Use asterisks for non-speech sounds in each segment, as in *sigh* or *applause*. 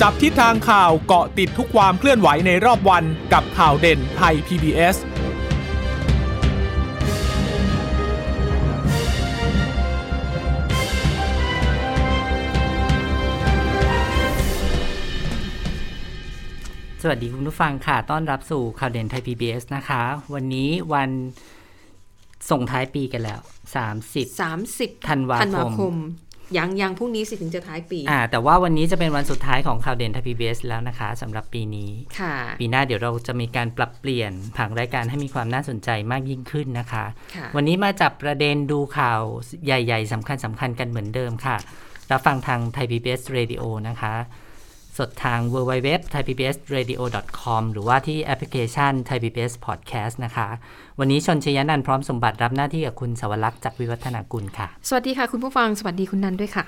จับทิศทางข่าวเกาะติดทุกความเคลื่อนไหวในรอบวันกับข่าวเด่นไทย PBS สวัสดีคุณผู้ฟังค่ะ ต้อนรับสู่ข่าวเด่นไทย PBS นะคะ วันนี้วันส่งท้ายปีกันแล้ว 30 สามสิบ ธันวาคม ยังยังพรุ่งนี้สิถึงจะท้ายปี อ่า แต่ว่าวันนี้จะเป็นวันสุดท้ายของข่าวเด่นไทย PBS แล้วนะคะสำหรับปีนี้ ค่ะ ปีหน้าเดี๋ยวเราจะมีการปรับเปลี่ยนผังรายการให้มีความน่าสนใจมากยิ่งขึ้นนะคะ ค่ะ วันนี้มาจับประเด็นดูข่าวใหญ่ ๆสำคัญสำคัญๆกันเหมือนเดิมค่ะ รับฟังทางไทย PBS Radio นะคะ สดทาง w w w t h a i p b s r a d i o c o m หรือว่าที่แอปพลิเคชัน Thai PBS Podcast นะคะ วันนี้ชนชยนันท์พร้อมสมบัติรับหน้าที่กับคุณสวรักษ์จากวิวัฒนากุลค่ะ สวัสดีค่ะคุณผู้ฟัง สวัสดีคุณนันด้วยค่ะ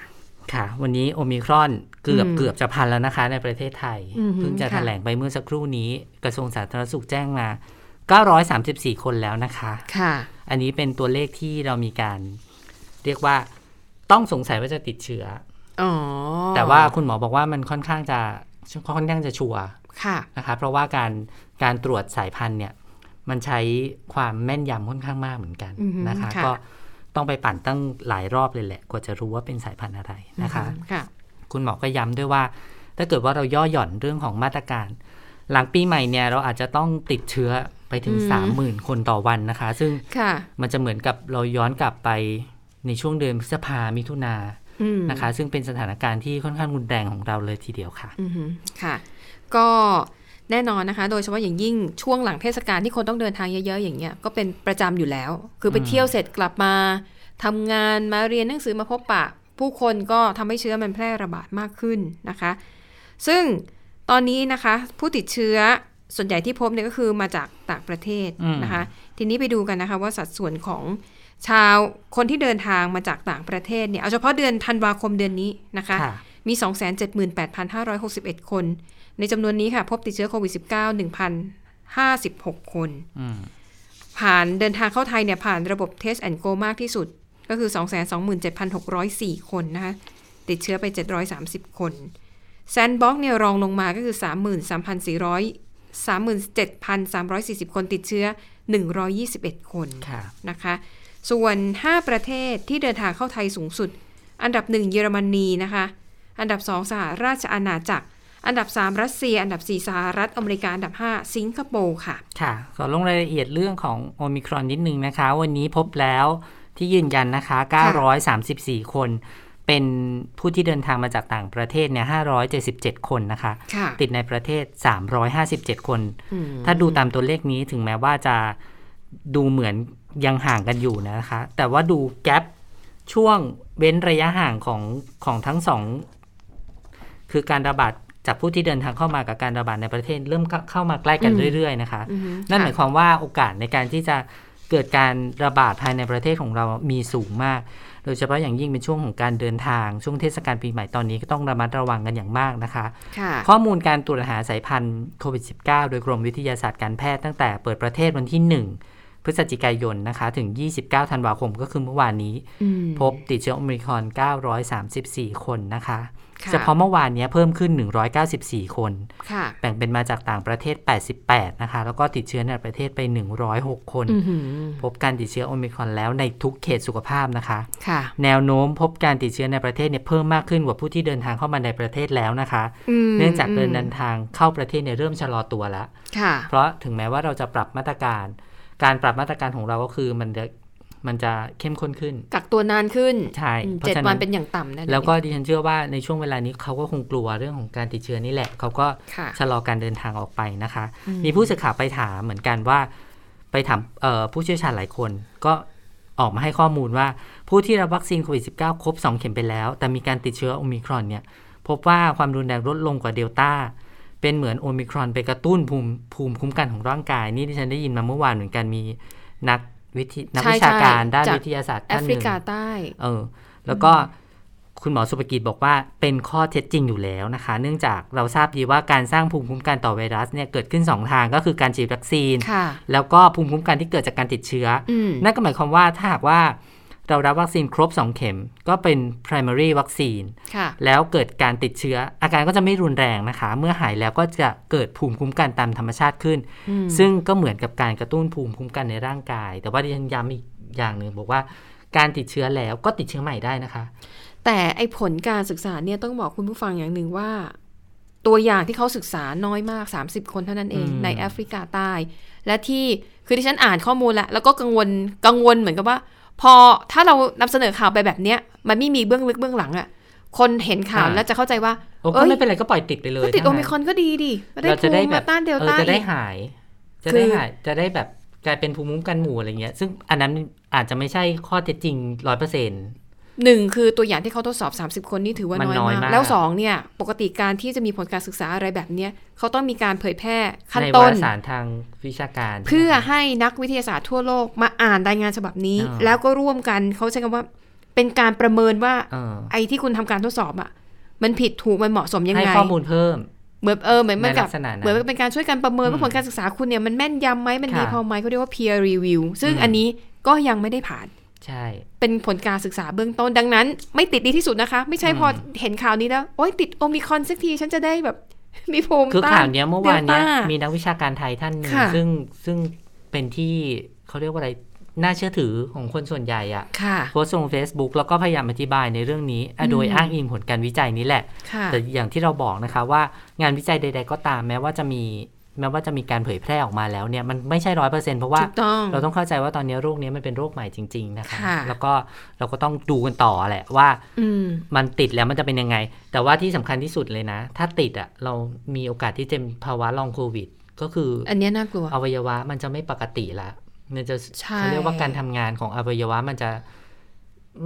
ค่ะ วันนี้โอมิครอนเกือบ อืม เกือบจะพันแล้วนะคะ ในประเทศไทย อือหือ เพิ่งจะ ค่ะ แถลงไปเมื่อสักครู่นี้ กระทรวงสาธารณสุขแจ้งมา 934 คนแล้วนะคะ ค่ะ อันนี้เป็นตัวเลขที่เรามีการ เรียกว่าต้องสงสัยว่าจะติดเชื้อ อ๋อ อแต่ว่าคุณหมอบอกว่ามันค่อนข้างจะค่อนข้างจะชัวร์ ค่ะ นะคะเพราะว่าการการตรวจสายพันธุ์เนี่ยมันใช้ความแม่นยำค่อนข้างมากเหมือนกัน อือฮึ นะคะ ค่ะ ก็ต้องไปปั่นตั้งหลายรอบเลยแหละ กว่าจะรู้ว่าเป็นสายพันธุ์อะไรนะคะ ค่ะ คุณหมอก็ย้ำด้วยว่า ถ้าเกิดว่าเราย่อหย่อนเรื่องของมาตรการ หลังปีใหม่เนี่ยเราอาจจะต้องติดเชื้อไปถึง อืม 30,000 คนต่อวันนะคะ ซึ่ง ค่ะ มันจะเหมือนกับเราย้อนกลับไปในช่วงเดือนพฤษภามิถุนา อืม นะคะ ซึ่งเป็นสถานการณ์ที่ค่อนข้างรุนแรงของเราเลยทีเดียวค่ะ อือหือค่ะ ก็แน่นอนนะคะ โดยเฉพาะอย่างยิ่งช่วงหลังเทศกาลที่คนต้องเดินทางเยอะๆ อย่างเงี้ยก็เป็นประจำอยู่แล้ว คือไปเที่ยวเสร็จกลับมาทำงานมาเรียนหนังสือมาพบปะ ผู้คนก็ทำให้เชื้อมันแพร่ระบาดมากขึ้นนะคะ ซึ่งตอนนี้นะคะ ผู้ติดเชื้อส่วนใหญ่ที่พบเนี่ยก็คือมาจากต่างประเทศ อืม นะคะ ทีนี้ไปดูกันนะคะว่าสัดส่วนของชาวคนที่เดินทางมาจากต่างประเทศเนี่ยเอาเฉพาะเดือนธันวาคมเดือนนี้นะคะ มี 278,561 คน ในจำนวนนี้ค่ะ พบติดเชื้อโควิด -19 1,056 คน อืม ผ่านเดินทางเข้าไทยเนี่ย ผ่านระบบ Test and Go มากที่สุด ก็คือ 227,604 คนนะคะ ติดเชื้อไป 730 คนแซนบ็อกเนี่ยรองลงมาก็คือ 33,400 37,340 คนติดเชื้อ 121 คน ค่ะ นะคะส่วน 5 ประเทศที่เดินทางเข้าไทยสูงสุด อันดับ 1 เยอรมนีนะคะ อันดับ 2 สหราชอาณาจักร อันดับ 3 รัสเซีย อันดับ 4 สหรัฐอเมริกา อันดับ 5 สิงคโปร์ค่ะ ค่ะขอลงรายละเอียดเรื่องของโอมิครอนนิดนึงนะคะ วันนี้พบแล้วที่ยืนยันนะคะ 934 คน เป็นผู้ที่เดินทางมาจากต่างประเทศเนี่ย 577 คนนะคะ ค่ะ ติดในประเทศ 357 คน อืม ถ้าดูตามตัวเลขนี้ถึงแม้ว่าจะดูเหมือนยังห่างกันอยู่นะคะ แต่ว่าดูแกลบช่วงเว้นระยะห่างของของทั้งสองคือการระบาดจากผู้ที่เดินทางเข้ามากับการระบาดในประเทศเริ่มเข้าเข้ามาใกล้กันเรื่อย ๆ นะคะ อือฮึ นั่นห ค่ะ มายความว่าโอกาสในการที่จะเกิดการระบาดภายในประเทศของเรามีสูงมาก โดยเฉพาะอย่างยิ่งเป็นช่วงของการเดินทาง ช่วงเทศกาลปีใหม่ตอนนี้ก็ต้องระมัดระวังกันอย่างมากนะคะ ค่ะ ข้อมูลการตรวจหาสายพันธุ์โควิด -19 โดยกรมวิทยาศาสตร์การแพทย์ตั้งแต่เปิดประเทศวันที่ 1 พฤศจิกายนนะคะ ถึง 29 ธันวาคมก็คือเมื่อวานนี้ อืม พบติดเชื้อโอมิครอน 934 คนนะคะ ค่ะ เฉพาะเมื่อวานเนี้ยเพิ่มขึ้น 194 คน ค่ะ แบ่งเป็นมาจากต่างประเทศ 88 นะคะ แล้วก็ติดเชื้อในประเทศไป 106 คน อือหือ พบการติดเชื้อโอมิครอนแล้วในทุกเขตสุขภาพนะคะ ค่ะ แนวโน้มพบการติดเชื้อในประเทศเนี่ยเพิ่มมากขึ้นกว่าผู้ที่เดินทางเข้ามาในประเทศแล้วนะคะ ม เนื่องจากเดินทางเข้าประเทศเนี่ยเริ่มชะลอตัวแล้ว ค่ะ เพราะถึงแม้ว่าเราจะปรับมาตรการ การปรับมาตรการของเราก็คือมันจะมันจะเข้มข้นขึ้น กักตัวนานขึ้น ใช่ อืม เพราะ เจ็ด ฉะนั้น วันเป็นอย่างต่ำนั่นเอง แล้วก็ดิฉันเชื่อว่าในช่วงเวลานี้เขาก็คงกลัวเรื่องของการติดเชื้อนี่แหละ เขาก็ ค่ะ ชะลอการเดินทางออกไปนะคะ อืม มีผู้สื่อข่าวไปถามเหมือนกันว่า ไปถามเอ่อผู้เชี่ยวชาญหลายคน ก็ออกมาให้ข้อมูลว่า ผู้ที่รับวัคซีนโควิด -19 ครบ 2 เข็มไปแล้ว แต่มีการติดเชื้อโอมิครอนเนี่ย พบว่าความรุนแรงลดลงกว่าเดลต้า เป็นเหมือนโอมิครอนไปกระตุ้นภูมิภูมิคุ้มกันของร่างกาย นี่ที่ฉันได้ยินมาเมื่อวานเหมือนกันมีนักวิทยนักวิชาการ ใช่ๆ ด้าน จาก วิทยาศาสตร์ แอ ท่าน ฟ ห ริ นึ่ง กาใต้ เออแล้วก็คุณหมอสุภกิจบอกว่าเป็นข้อเท็จจริงอยู่แล้วนะคะ เนื่องจากเราทราบดีว่าการสร้างภูมิคุ้มกันต่อไวรัสเนี่ยเกิดขึ้น 2 ทางก็คือการฉีดวัคซีน ค่ะ แล้วก็ภูมิคุ้มกันที่เกิดจากการติดเชื้ออ อืม นั่นก็หมายความว่าถ้าหากว่า เรารับวัคซีนครบ 2 เข็ม ก็เป็น primary วัคซีน ค่ะ แล้วเกิดการติดเชื้อ อาการก็จะไม่รุนแรงนะคะ เมื่อหายแล้วก็จะเกิดภูมิคุ้มกันตามธรรมชาติขึ้น อืม ซึ่งก็เหมือนกับการกระตุ้นภูมิคุ้มกันในร่างกาย แต่ว่าดิฉันย้ำอีกอย่างหนึ่งบอกว่าการติดเชื้อแล้วก็ติดเชื้อใหม่ได้นะคะ แต่ไอผลการศึกษาเนี่ยต้องบอกคุณผู้ฟังอย่างหนึ่งว่า ตัวอย่างที่เขาศึกษาน้อยมาก 30 คนเท่านั้นเอง อืม ในแอฟริกาใต้ และที่คือที่ฉันอ่านข้อมูลแล้ว แล้วก็กังวลกังวลเหมือนกับว่า พอถ้าเรานำเสนอข่าวไปแบบเนี้ย มันไม่มีเบื้องลึกเบื้องหลังอะคนเห็นข่าวแล้วจะเข้าใจว่า โอ้ เอ้ ก็ ย ไม่เป็นไรก็ปล่อยติดไปเลย ก็ติด ถ้า โอมิครอนก็ดีดิ เราจะได้แบ มา บ ต้านเดล ออ ต้า จะได้ อีก หาย จะ คื ได้ อ หายจะได้แบบกลายเป็นภูมิคุ้มกันหมู่อะไรเงี้ย ซึ่งอันนั้นอาจจะไม่ใช่ข้อเท็จจริงร้อยเปอร์เซ็นต์ หนึ่งคือตัวอย่างที่เขาทดสอบ 30 คนนี่ถือว่า มัน น้อย น้อย มาก มาก แล้วสองเนี่ยปกติการที่จะมีผลการศึกษาอะไรแบบเนี้ยเขาต้องมีการเผยแพร่ขั้น ใน ต้ วาน รสารทางวิชาการ เพื่อให้นักวิทยาศาสตร์ทั่วโลกมาอ่านรายงานฉบับนี้ อ่า แล้วก็ร่วมกันเขาใช้คำว่า เป็นการประเมินว่า เออ ไอ้ที่คุณทำการทดสอบอ่ะ มันผิดถูกมันเหมาะสมยัง ให้ ไง ข้อมูลเพิ่ม เหมือนเออเหมือนมัน ใน กั ลั บ กษณะนั้น เหมือนเป็นการช่วยกันประเมิน อืม ว่าผลการศึกษาคุณเนี่ยมันแม่นยำไหมมันดี ค่ะ พอไหมเขาเรียกว่า peer review ซึ่ง อืม อันนี้ก็ยังไม่ได้ผ่าน ใช่ เป็นผลการศึกษาเบื้องต้นดังนั้น ไม่ติดดีที่สุดนะคะ ไม่ใช่พออเห็นข่าวนี้แล้วโอ๊ยติดโอมิครอนสักทีฉันจะได้แบบ *laughs* มีภูมิ คือ ต้ ข่าวเนี้ยเมื่อวานเนี้ย เดลต้ามี มีนักวิชาการไทยท่านหนึ่ง ค่ะ ซึ่งซึ่งเป็นที่เขาเรียกว่าอะไร น่าเชื่อถือของคนส่วนใหญ่อะ ค่ะ โพสต์ลง Facebook แล้วก็พยายามอธิบายในเรื่องนี้อ่ะโดย อืม อ้างอิงผลการวิจัยนี้แหละ ค่ะ แต่อย่างที่เราบอกนะคะว่างานวิจัยใด ๆ ก็ตามแม้ว่าจะมีแม้ว่าจะมีการเผยแพร่ออกมาแล้วเนี่ยมันไม่ใช่ร้อยเปอร์เซ็นต์เพราะว่า ถูกต้อง เราต้องเข้าใจว่าตอนนี้โรคเนี้ยมันเป็นโรคใหม่จริง ๆ นะคะ ค่ะ แล้วก็เราก็ต้องดูกันต่อแหละว่า อืม มันติดแล้วมันจะเป็นยังไง แต่ว่าที่สำคัญที่สุดเลยนะ ถ้าติดอะ่ะ เรามีโอกาสที่จะเป็นภาวะลองโควิด ก็คือ อันเนี้ยน่ากลัว อวัยวะมันจะไม่ปกติละมันจะ ใช่ เขาเรียกว่าการทำงานของอวัยวะมันจะ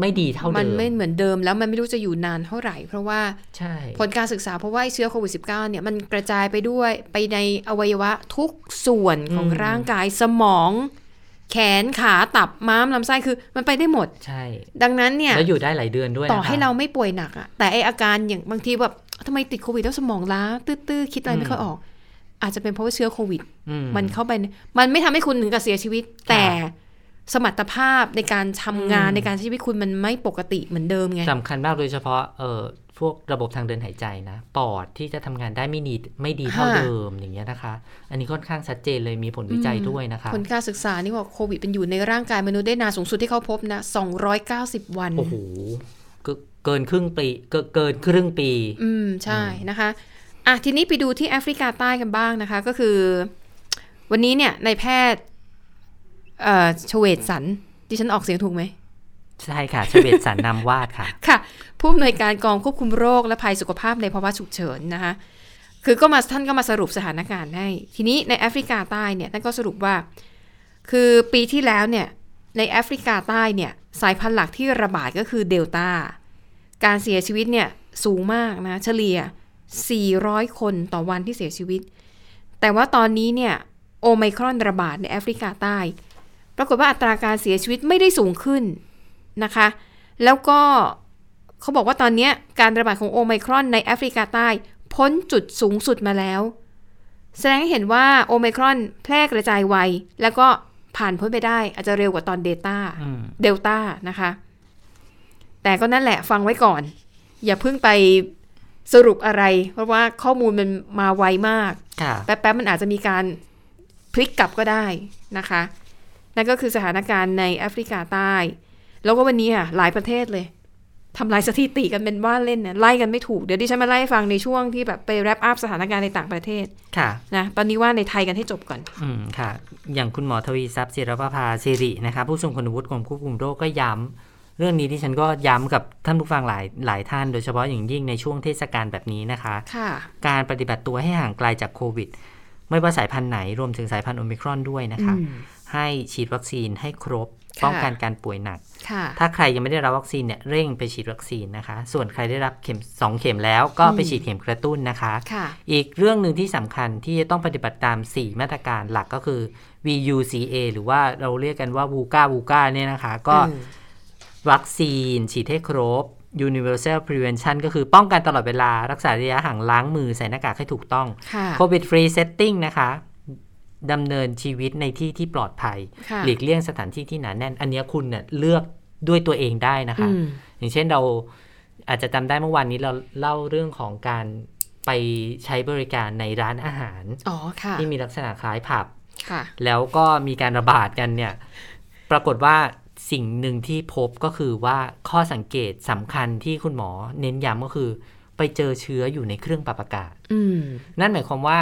ไม่ดีเท่า มั เดิ น ม ไม่เหมือนเดิมแล้วมันไม่รู้จะอยู่นานเท่าไหร่ เพราะว่า ใช่ ผลการศึกษาเพราะว่าไอ้เชื้อโควิด -19 เนี่ยมันกระจายไปด้วยไปในอวัยวะทุกส่วนของ อืม ร่างกายสมอง แขนขาตับม้ามลำไส้คือมันไปได้หมด ใช่ ดังนั้นเนี่ย แล้วอยู่ได้หลายเดือนด้วย ต่อ นะคะ ให้เราไม่ป่วยหนักอะแต่ไออาการอย่างบางทีแบบทำไมติดโควิดแล้วสมองล้าตื้อๆคิดอะไรไม่ อืม ค่อยออก อาจจะเป็นเพราะว่าเชื้อโควิด อื มันเข้าไปในมันไม่ทำให้คุณถึงกับเสียชีวิต แต่สมรรถภาพในการทำงาน อืม ในการใช้ชีวิตคุณมันไม่ปกติเหมือนเดิมไง สำคัญมากโดยเฉพาะเอ่อพวกระบบทางเดินหายใจนะปอดที่จะทำงานได้ไม่ดีไม่ดีเท่า ค่ะ เดิมอย่างเงี้ยนะคะ อันนี้ค่อนข้างชัดเจนเลยมีผลวิจัยด้วยนะคะ ผลการศึกษานี่บอกโควิดเป็นอยู่ในร่างกายมนุษย์ได้นานสูงสุดที่เขาพบนะ 290 วัน โอ้โหเกินเกินครึ่งปีเกินเกินครึ่งปี อืม ใช่นะคะ อ่ะ ทีนี้ไปดูที่แอฟริกาใต้กันบ้างนะคะ ก็คือ วันนี้เนี่ยนายแพทย์ เอ่อชเวตสันดิฉันออกเสียงถูกไหม ใช่ค่ะชเวตสันนำวาดค่ะ ค่ะผู้อำนวยการกองควบคุมโรคและภัยสุขภาพในภาวะฉุกเฉินนะคะ คือก็มาท่านก็มาสรุปสถานการณ์ให้ ทีนี้ในแอฟริกาใต้เนี่ยท่านก็สรุปว่า คือปีที่แล้วเนี่ยในแอฟริกาใต้เนี่ยสายพันธุ์หลักที่ระบาดก็คือเดลต้า การเสียชีวิตเนี่ยสูงมากนะเฉลี่ย 400 คนต่อวันที่เสียชีวิต แต่ว่าตอนนี้เนี่ยโอไมครอนระบาดในแอฟริกาใต้ ปรากฏว่าอัตราการเสียชีวิตไม่ได้สูงขึ้นนะคะ แล้วก็ เขาบอกว่าตอนเนี้ยการระบาดของโอไมครอนในแอฟริกาใต้ พ้นจุดสูงสุดมาแล้ว แสดงให้เห็นว่าโอไมครอนแพร่กระจายไว แล้วก็ผ่านพ้นไปได้อาจจะเร็วกว่าตอนเดต้า อืม เดลต้านะคะ แต่ก็นั่นแหละฟังไว้ก่อน อย่าเพิ่งไปสรุปอะไร เพราะว่าข้อมูลมันมาไวมาก ค่ะ แป๊บๆมันอาจจะมีการพลิกกลับก็ได้นะคะ นั่นก็คือสถานการณ์ในแอฟริกาใต้ แล้วก็วันนี้ค่ะหลายประเทศเลยทำลายสถิติกันเป็นว่าเล่นนะไล่กันไม่ถูก เดี๋ยวดิฉันมาไล่ให้ฟังในช่วงที่แบบไปแรปอัพสถานการณ์ในต่างประเทศ ค่ะ นะตอนนี้ว่าในไทยกันให้จบก่อน อืมค่ะ อย่างคุณหมอทวีทรัพย์ศิรประภาสิรินะคะผู้ทรงคุณวุฒิกรมควบคุมโรคก็ย้ำเรื่องนี้ที่ฉันก็ย้ำกับท่านผู้ฟังหลายหลายท่าน โดยเฉพาะอย่างยิ่งในช่วงเทศกาลแบบนี้นะคะ ค่ะ การปฏิบัติตัวให้ห่างไกลจากโควิด ไม่ว่าสายพันธุ์ไหนรวมถึงสายพันธุ์โอมิครอนด้วยนะคะ ให้ฉีดวัคซีนให้ครบ ค่ะ ป้องกันการป่วยหนัก ค่ะ ถ้าใครยังไม่ได้รับวัคซีนเนี่ยเร่งไปฉีดวัคซีนนะคะ ส่วนใครได้รับเข็มสองเข็มแล้วก็ไป อืม ฉีดเข็มกระตุ้นนะคะ ค่ะ อีกเรื่องหนึ่งที่สำคัญที่จะต้องปฏิบัติตาม 4 มาตรการหลักก็คือ VUCA หรือว่าเราเรียกกันว่า VUCA VUCA เนี่ยนะคะ ก็ อืม วัคซีนฉีดให้ครบ Universal Prevention ก็คือป้องกันตลอดเวลารักษาระยะห่างล้างมือใส่หน้ากากให้ถูกต้อง ค่ะ โควิดฟรีเซตติ้งนะคะดำเนินชีวิตในที่ที่ปลอดภัย ค่ะ หลีกเลี่ยงสถานที่ที่หนาแน่น อันเนี้ยคุณเนี่ยเลือก ด้วยตัวเองได้นะคะ อืม อย่างเช่นเราอาจจะจำได้เมื่อวานนี้เราเล่าเรื่องของการไปใช้บริการในร้านอาหาร อ๋อค่ะ ที่มีลักษณะคล้ายผับ ค่ะ แล้วก็มีการระบาดกันเนี่ย ปรากฏว่าสิ่งหนึ่งที่พบก็คือว่าข้อสังเกตสำคัญที่คุณหมอเน้นย้ำก็คือ ไปเจอเชื้ออยู่ในเครื่องปรับอากาศ อืม นั่นหมายความว่า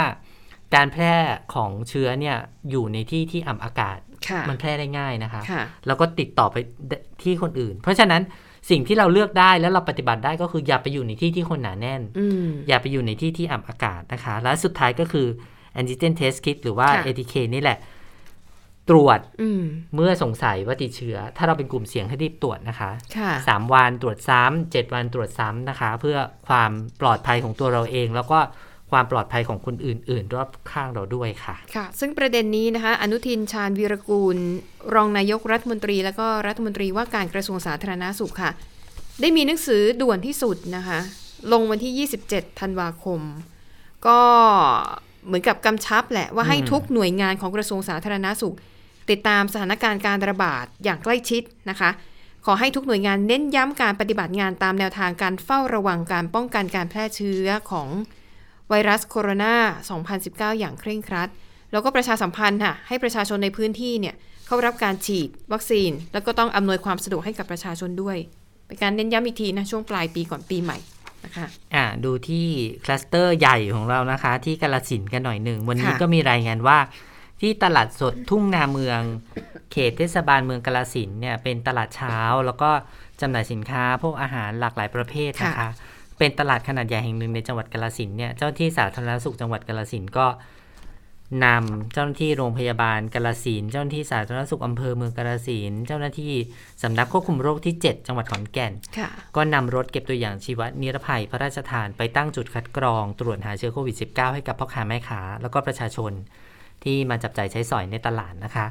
การแพร่ของเชื้อเนี่ยอยู่ในที่ที่อับอากาศ ค่ะ มันแพร่ได้ง่ายนะคะ ค่ะ แล้วก็ติดต่อไปที่คนอื่น เพราะฉะนั้นสิ่งที่เราเลือกได้แล้วเราปฏิบัติได้ก็คืออย่าไปอยู่ในที่ที่คนหนาแน่น อืม อย่าไปอยู่ในที่ที่อับอากาศนะคะ และสุดท้ายก็คือ antigen test kit หรือว่า ค่ะ ATK นี่แหละ ตรวจ อืม เมื่อสงสัยว่าติดเชื้อ ถ้าเราเป็นกลุ่มเสี่ยงให้รีบตรวจนะคะ ค่ะ สามวันตรวจซ้ำเจ็ดวันตรวจซ้ำนะคะ เพื่อความปลอดภัยของตัวเราเอง แล้วก็ความปลอดภัยของคนอื่น ๆ รอบข้างเราด้วยค่ะ ค่ะ ซึ่งประเด็นนี้นะคะ อนุทินชาญวีรกูล รองนายกรัฐมนตรี และก็รัฐมนตรีว่าการกระทรวงสาธารณาสุขค่ะ ได้มีหนังสือด่วนที่สุดนะคะ ลงวันที่ 27 ธันวาคม ก็เหมือนกับกำชับแหละว่าให้ อืม ทุกหน่วยงานของกระทรวงสาธารณาสุข ติดตามสถานการณ์การระบาดอย่างใกล้ชิดนะคะ ขอให้ทุกหน่วยงานเน้นย้ำการปฏิบัติงานตามแนวทางการเฝ้าระวังการป้องกันการแพร่เชื้อของไวรัสโคโรนา 2019 อย่างเคร่งครัด แล้วก็ประชาสัมพันธ์ค่ะให้ประชาชนในพื้นที่เนี่ยเข้ารับการฉีดวัคซีน แล้วก็ต้องอำนวยความสะดวกให้กับประชาชนด้วย เป็นการเน้นย้ำอีกทีนะช่วงปลายปีก่อนปีใหม่นะคะ อ่าดูที่คลัสเตอร์ใหญ่ของเรานะคะ ที่กาลสินธุ์กันหน่อยหนึ่ง วันนี้ ค่ะ ก็มีรายงานว่า ที่ตลาดสดทุ่งนาเมือง เขตเทศบาลเมืองกาลสินธุ์เนี่ยเป็นตลาดเช้า แล้วก็จำหน่ายสินค้า พวกอาหารหลากหลายประเภทนะคะ เป็นตลาดขนาดใหญ่แห่งหนึ่งในจังหวัดกาลสินธุ์เนี่ยเจ้าหน้าที่สาธารณสุขจังหวัดกาลสินธุ์ก็นำเจ้าหน้าที่โรงพยาบาลกาลสินธุ์เจ้าหน้าที่สาธารณสุขอำเภอเมืองกาลสินธุ์เจ้าหน้าที่สำนักควบคุมโรคที่เจ็ดจังหวัดขอนแก่น ค่ะ ก็นำรถเก็บตัวอย่างชีวนิรภัยพระราชทานไปตั้งจุดคัดกรอง ตรวจหาเชื้อโควิด -19 ให้กับพ่อค้าแม่ค้า แล้วก็ประชาชนที่มาจับจ่ายใช้สอยในตลาดนะคะ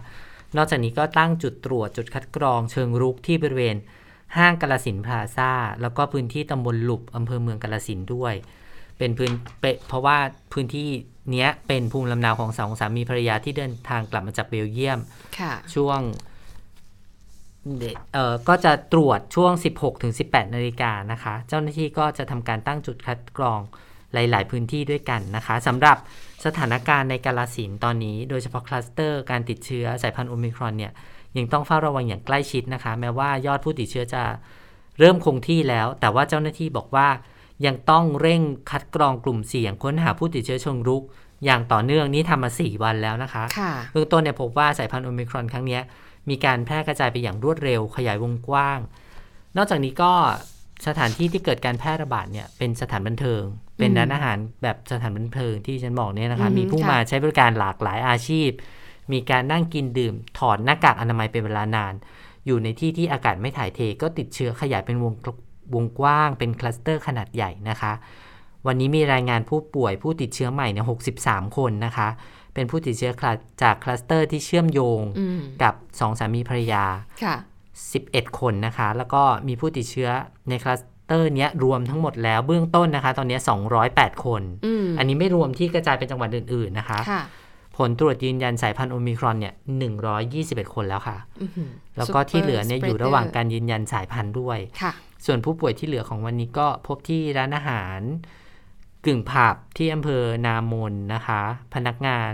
นอกจากนี้ก็ตั้งจุดตรวจจุดคัดกรอง เชิงรุกที่บริเวณ ห้างกาลสินพลาซ่า แล้วก็พื้นที่ตำบลหลุบอำเภอเมืองกาลสินธุ์ด้วย เป็นพื้นเปเพราะว่าพื้นที่เนี้ยเป็นภูมิลำเนาของสองสามีภรรยาที่เดินทางกลับมาจากเบลเยียม ค่ะ ช่วงเดเอ่อก็จะตรวจช่วง 16ถึง18 นาฬิกานะคะ เจ้าหน้าที่ก็จะทำการตั้งจุดคัดกรองหลาย ๆ พื้นที่ด้วยกันนะคะสำหรับสถานการณ์ในกาลสินธุ์ตอนนี้ โดยเฉพาะคลัสเตอร์การติดเชื้อสายพันธุ์โอมิครอนเนี่ยยังต้องเฝ้าระวังอย่างใกล้ชิดนะคะ แม้ว่ายอดผู้ติดเชื้อจะเริ่มคงที่แล้ว แต่ว่าเจ้าหน้าที่บอกว่า ยังต้องเร่งคัดกรองกลุ่มเสี่ยงค้นหาผู้ติดเชื้อเชิงรุก อย่างต่อเนื่องนี่ทำมาสี่วันแล้วนะคะ ค่ะ เบื้องต้นเนี่ยพบว่าสายพันธุ์โอมิครอนครั้งเนี้ยมีการแพร่กระจายไปอย่างรวดเร็วขยายวงกว้าง นอกจากนี้ก็สถานที่ที่เกิดการแพร่ระบาดเนี่ยเป็นสถานบันเทิง เป็นร้านอาหารแบบสถานบันเทิงที่ฉันบอกเนี่ยนะคะ อือฮึ มีผู้ ค่ะ มาใช้บริการหลากหลายอาชีพ มีการนั่งกินดื่ม ถอดหน้ากากอนามัยเป็นเวลานาน อยู่ในที่ที่อากาศไม่ถ่ายเทก็ติดเชื้อขยายเป็นวงกลวงกว้างเป็นคลัสเตอร์ขนาดใหญ่นะคะ วันนี้มีรายงานผู้ป่วยผู้ติดเชื้อใหม่เนี่ย63 คนนะคะ เป็นผู้ติดเชื้อคลาจากคลัสเตอร์ที่เชื่อมโยง อืม กับสองสามีภรรยา ค่ะ 11 คนนะคะ แล้วก็มีผู้ติดเชื้อในคลัสเตอร์เนี้ยรวมทั้งหมดแล้วเบื้องต้นนะคะ ตอนเนี้ย208 คน อืม อันนี้ไม่รวมที่กระจายเป็นจังหวัดอื่นๆนะคะ ค่ะ ผลตรวจยืนยันสายพันธุ์โอมิครอนเนี่ย121 คนแล้วค่ะ อื้อหือ แล้วก็ที่เหลือเนี่ย Super อยู่ระหว่าง spreader การยืนยันสายพันธุ์ด้วย ค่ะ ส่วนผู้ป่วยที่เหลือของวันนี้ก็พบที่ร้านอาหารกึ่งผับที่อำเภอนามนนะคะ พนักงาน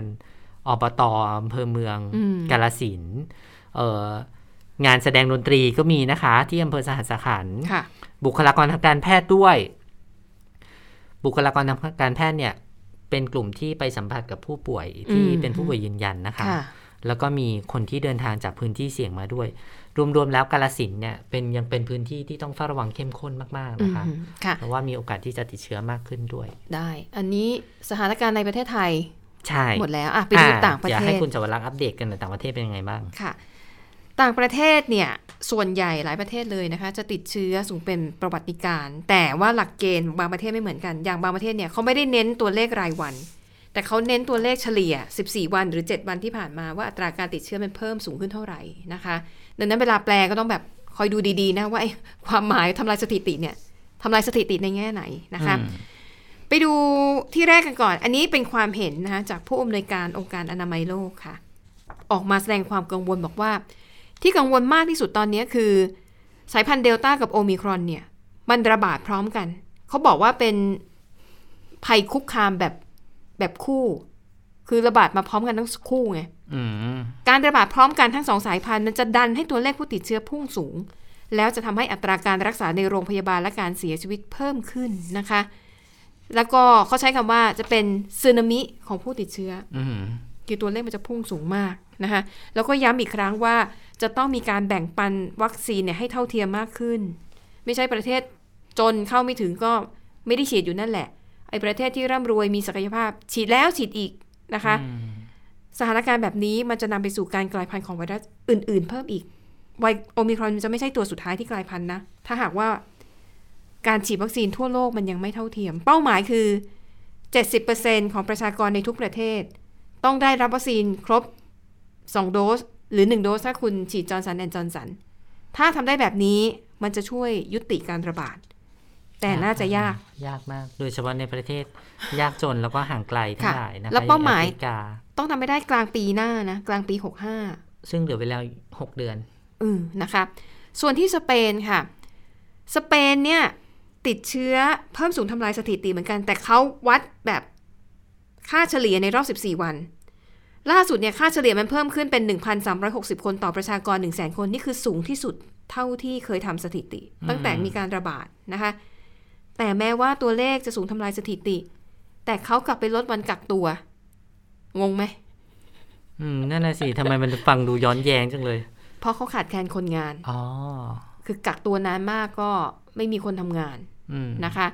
อบตอำเภอเมือง อืม กาลสินธุ์เอ่องานแสดงดนตรีก็มีนะคะ ที่อำเภอสหัสขันธ์ ค่ะ บุคลากรทางการแพทย์ด้วย บุคลากรทางการแพทย์เนี่ย เป็นกลุ่มที่ไปสัมผัสกับผู้ป่วยที่ อืม เป็นผู้ป่วยยืนยันนะคะ ค่ะ แล้วก็มีคนที่เดินทางจากพื้นที่เสี่ยงมาด้วย รวมๆแล้วกาลสินธุ์เนี่ยเป็นยังเป็นพื้นที่ที่ต้องเฝ้าระวังเข้มข้นมากๆ อื นะคะ มค่ะ เพราะว่ามีโอกาสที่จะติดเชื้อมากขึ้นด้วย ได้ อันนี้สถานการณ์ในประเทศไทย ใช่ หมดแล้วอ่ะไปดู อ่ ต่างประ อยาก เท ให้ ศ คุณจวรักษ์อัปเดตกันหน่อยต่างประเทศเป็นยังไงบ้าง ค่ะ ต่างประเทศเนี่ย ส่วนใหญ่หลายประเทศเลยนะคะ จะติดเชื้อสูงเป็นประวัติการณ์แต่ว่าหลักเกณฑ์บางประเทศไม่เหมือนกัน อย่างบางประเทศเนี่ยเขาไม่ได้เน้นตัวเลขรายวัน แต่เขาเน้นตัวเลขเฉลี่ย 14 วันหรือ 7 วันที่ผ่านมาว่าอัตราการติดเชื้อมันเพิ่มสูงขึ้นเท่าไหร่นะคะ ดังนั้นเวลาแปลก็ต้องแบบคอยดูดีๆนะว่าไอ้ความหมายทำลายสถิติเนี่ยทำลายสถิติในแง่ไหนนะคะ อืม ไปดูที่แรกกันก่อน อันนี้เป็นความเห็นนะคะจากผู้อำนวยการองค์การอนามัยโลกค่ะ ออกมาแสดงความกังวลบอกว่า ที่กังวลมากที่สุดตอนนี้คือ สายพันธุ์เดลต้ากับโอมิครอนเนี่ย มันระบาดพร้อมกัน เขาบอกว่าเป็นภัยคุกคามแบบแบบคู่ คือระบาดมาพร้อมกันทั้งคู่ไง อืม การระบาดพร้อมกันทั้งสองสายพันธุ์มันจะดันให้ตัวเลขผู้ติดเชื้อพุ่งสูง แล้วจะทำให้อัตราการรักษาในโรงพยาบาลและการเสียชีวิตเพิ่มขึ้นนะคะ แล้วก็เขาใช้คำว่าจะเป็นสึนามิของผู้ติดเชื้อ อืม คือตัวเลขมันจะพุ่งสูงมากนะคะแล้วก็ย้ำอีกครั้งว่าจะต้องมีการแบ่งปันวัคซีนเนี่ยให้เท่าเทียมมากขึ้น ไม่ใช่ประเทศจนเข้าไม่ถึงก็ไม่ได้ฉีดอยู่นั่นแหละ ไอ้ประเทศที่ร่ำรวยมีศักยภาพ ฉีดแล้วฉีดอีกนะคะ สถานการณ์แบบนี้มันจะนำไปสู่การกลายพันธุ์ของไวรัสอื่น ๆ เพิ่มอีกไวโอมิครอนมันจะไม่ใช่ตัวสุดท้ายที่กลายพันธุ์นะ ถ้าหากว่าการฉีดวัคซีนทั่วโลกมันยังไม่เท่าเทียม เป้าหมายคือ 70%ของประชากรในทุกประเทศ ต้องได้รับวัคซีนครบ 2 โดส หรือ 1 โดส ถ้าคุณฉีดจอร์นสันแอนจอร์นสัน ถ้าทำได้แบบนี้มันจะช่วยยุติการระบาด แต่น่าจะยาก ยากมาก โดยเฉพาะในประเทศ ยากจนแล้วก็ห่างไกลทั้งหค่ะลายนะคะ แล้วเป้าหมาย อแอฟริกา ต้องทำไม่ได้กลางปีหน้านะ กลางปี 65 ซึ่งเหลือเวลาหกเดือน อืมนะคะส่วนที่สเปนค่ะ สเปนเนี่ยติดเชื้อเพิ่มสูงทำลายสถิติเหมือนกัน แต่เขาวัดแบบค่าเฉลี่ยในรอบ 14 วัน ล่าสุดเนี่ยค่าเฉลี่ยมันเพิ่มขึ้นเป็น 1,360 คนต่อประชากร 100,000 คน นี่คือสูงที่สุดเท่าที่เคยทำสถิติ ตั้งแต่มีการระบาดนะคะ แต่แม้ว่าตัวเลขจะสูงทำลายสถิติ แต่เขากลับไปลดวันกักตัว งงไหม อืมนั่นน่ะสิทำไมมันฟังดูย้อนแย้งจังเลย เพราะเขาขาดแคลนคนงาน อ๋อ คือกักตัวนานมากก็ไม่มีคนทำงาน อืม นะคะ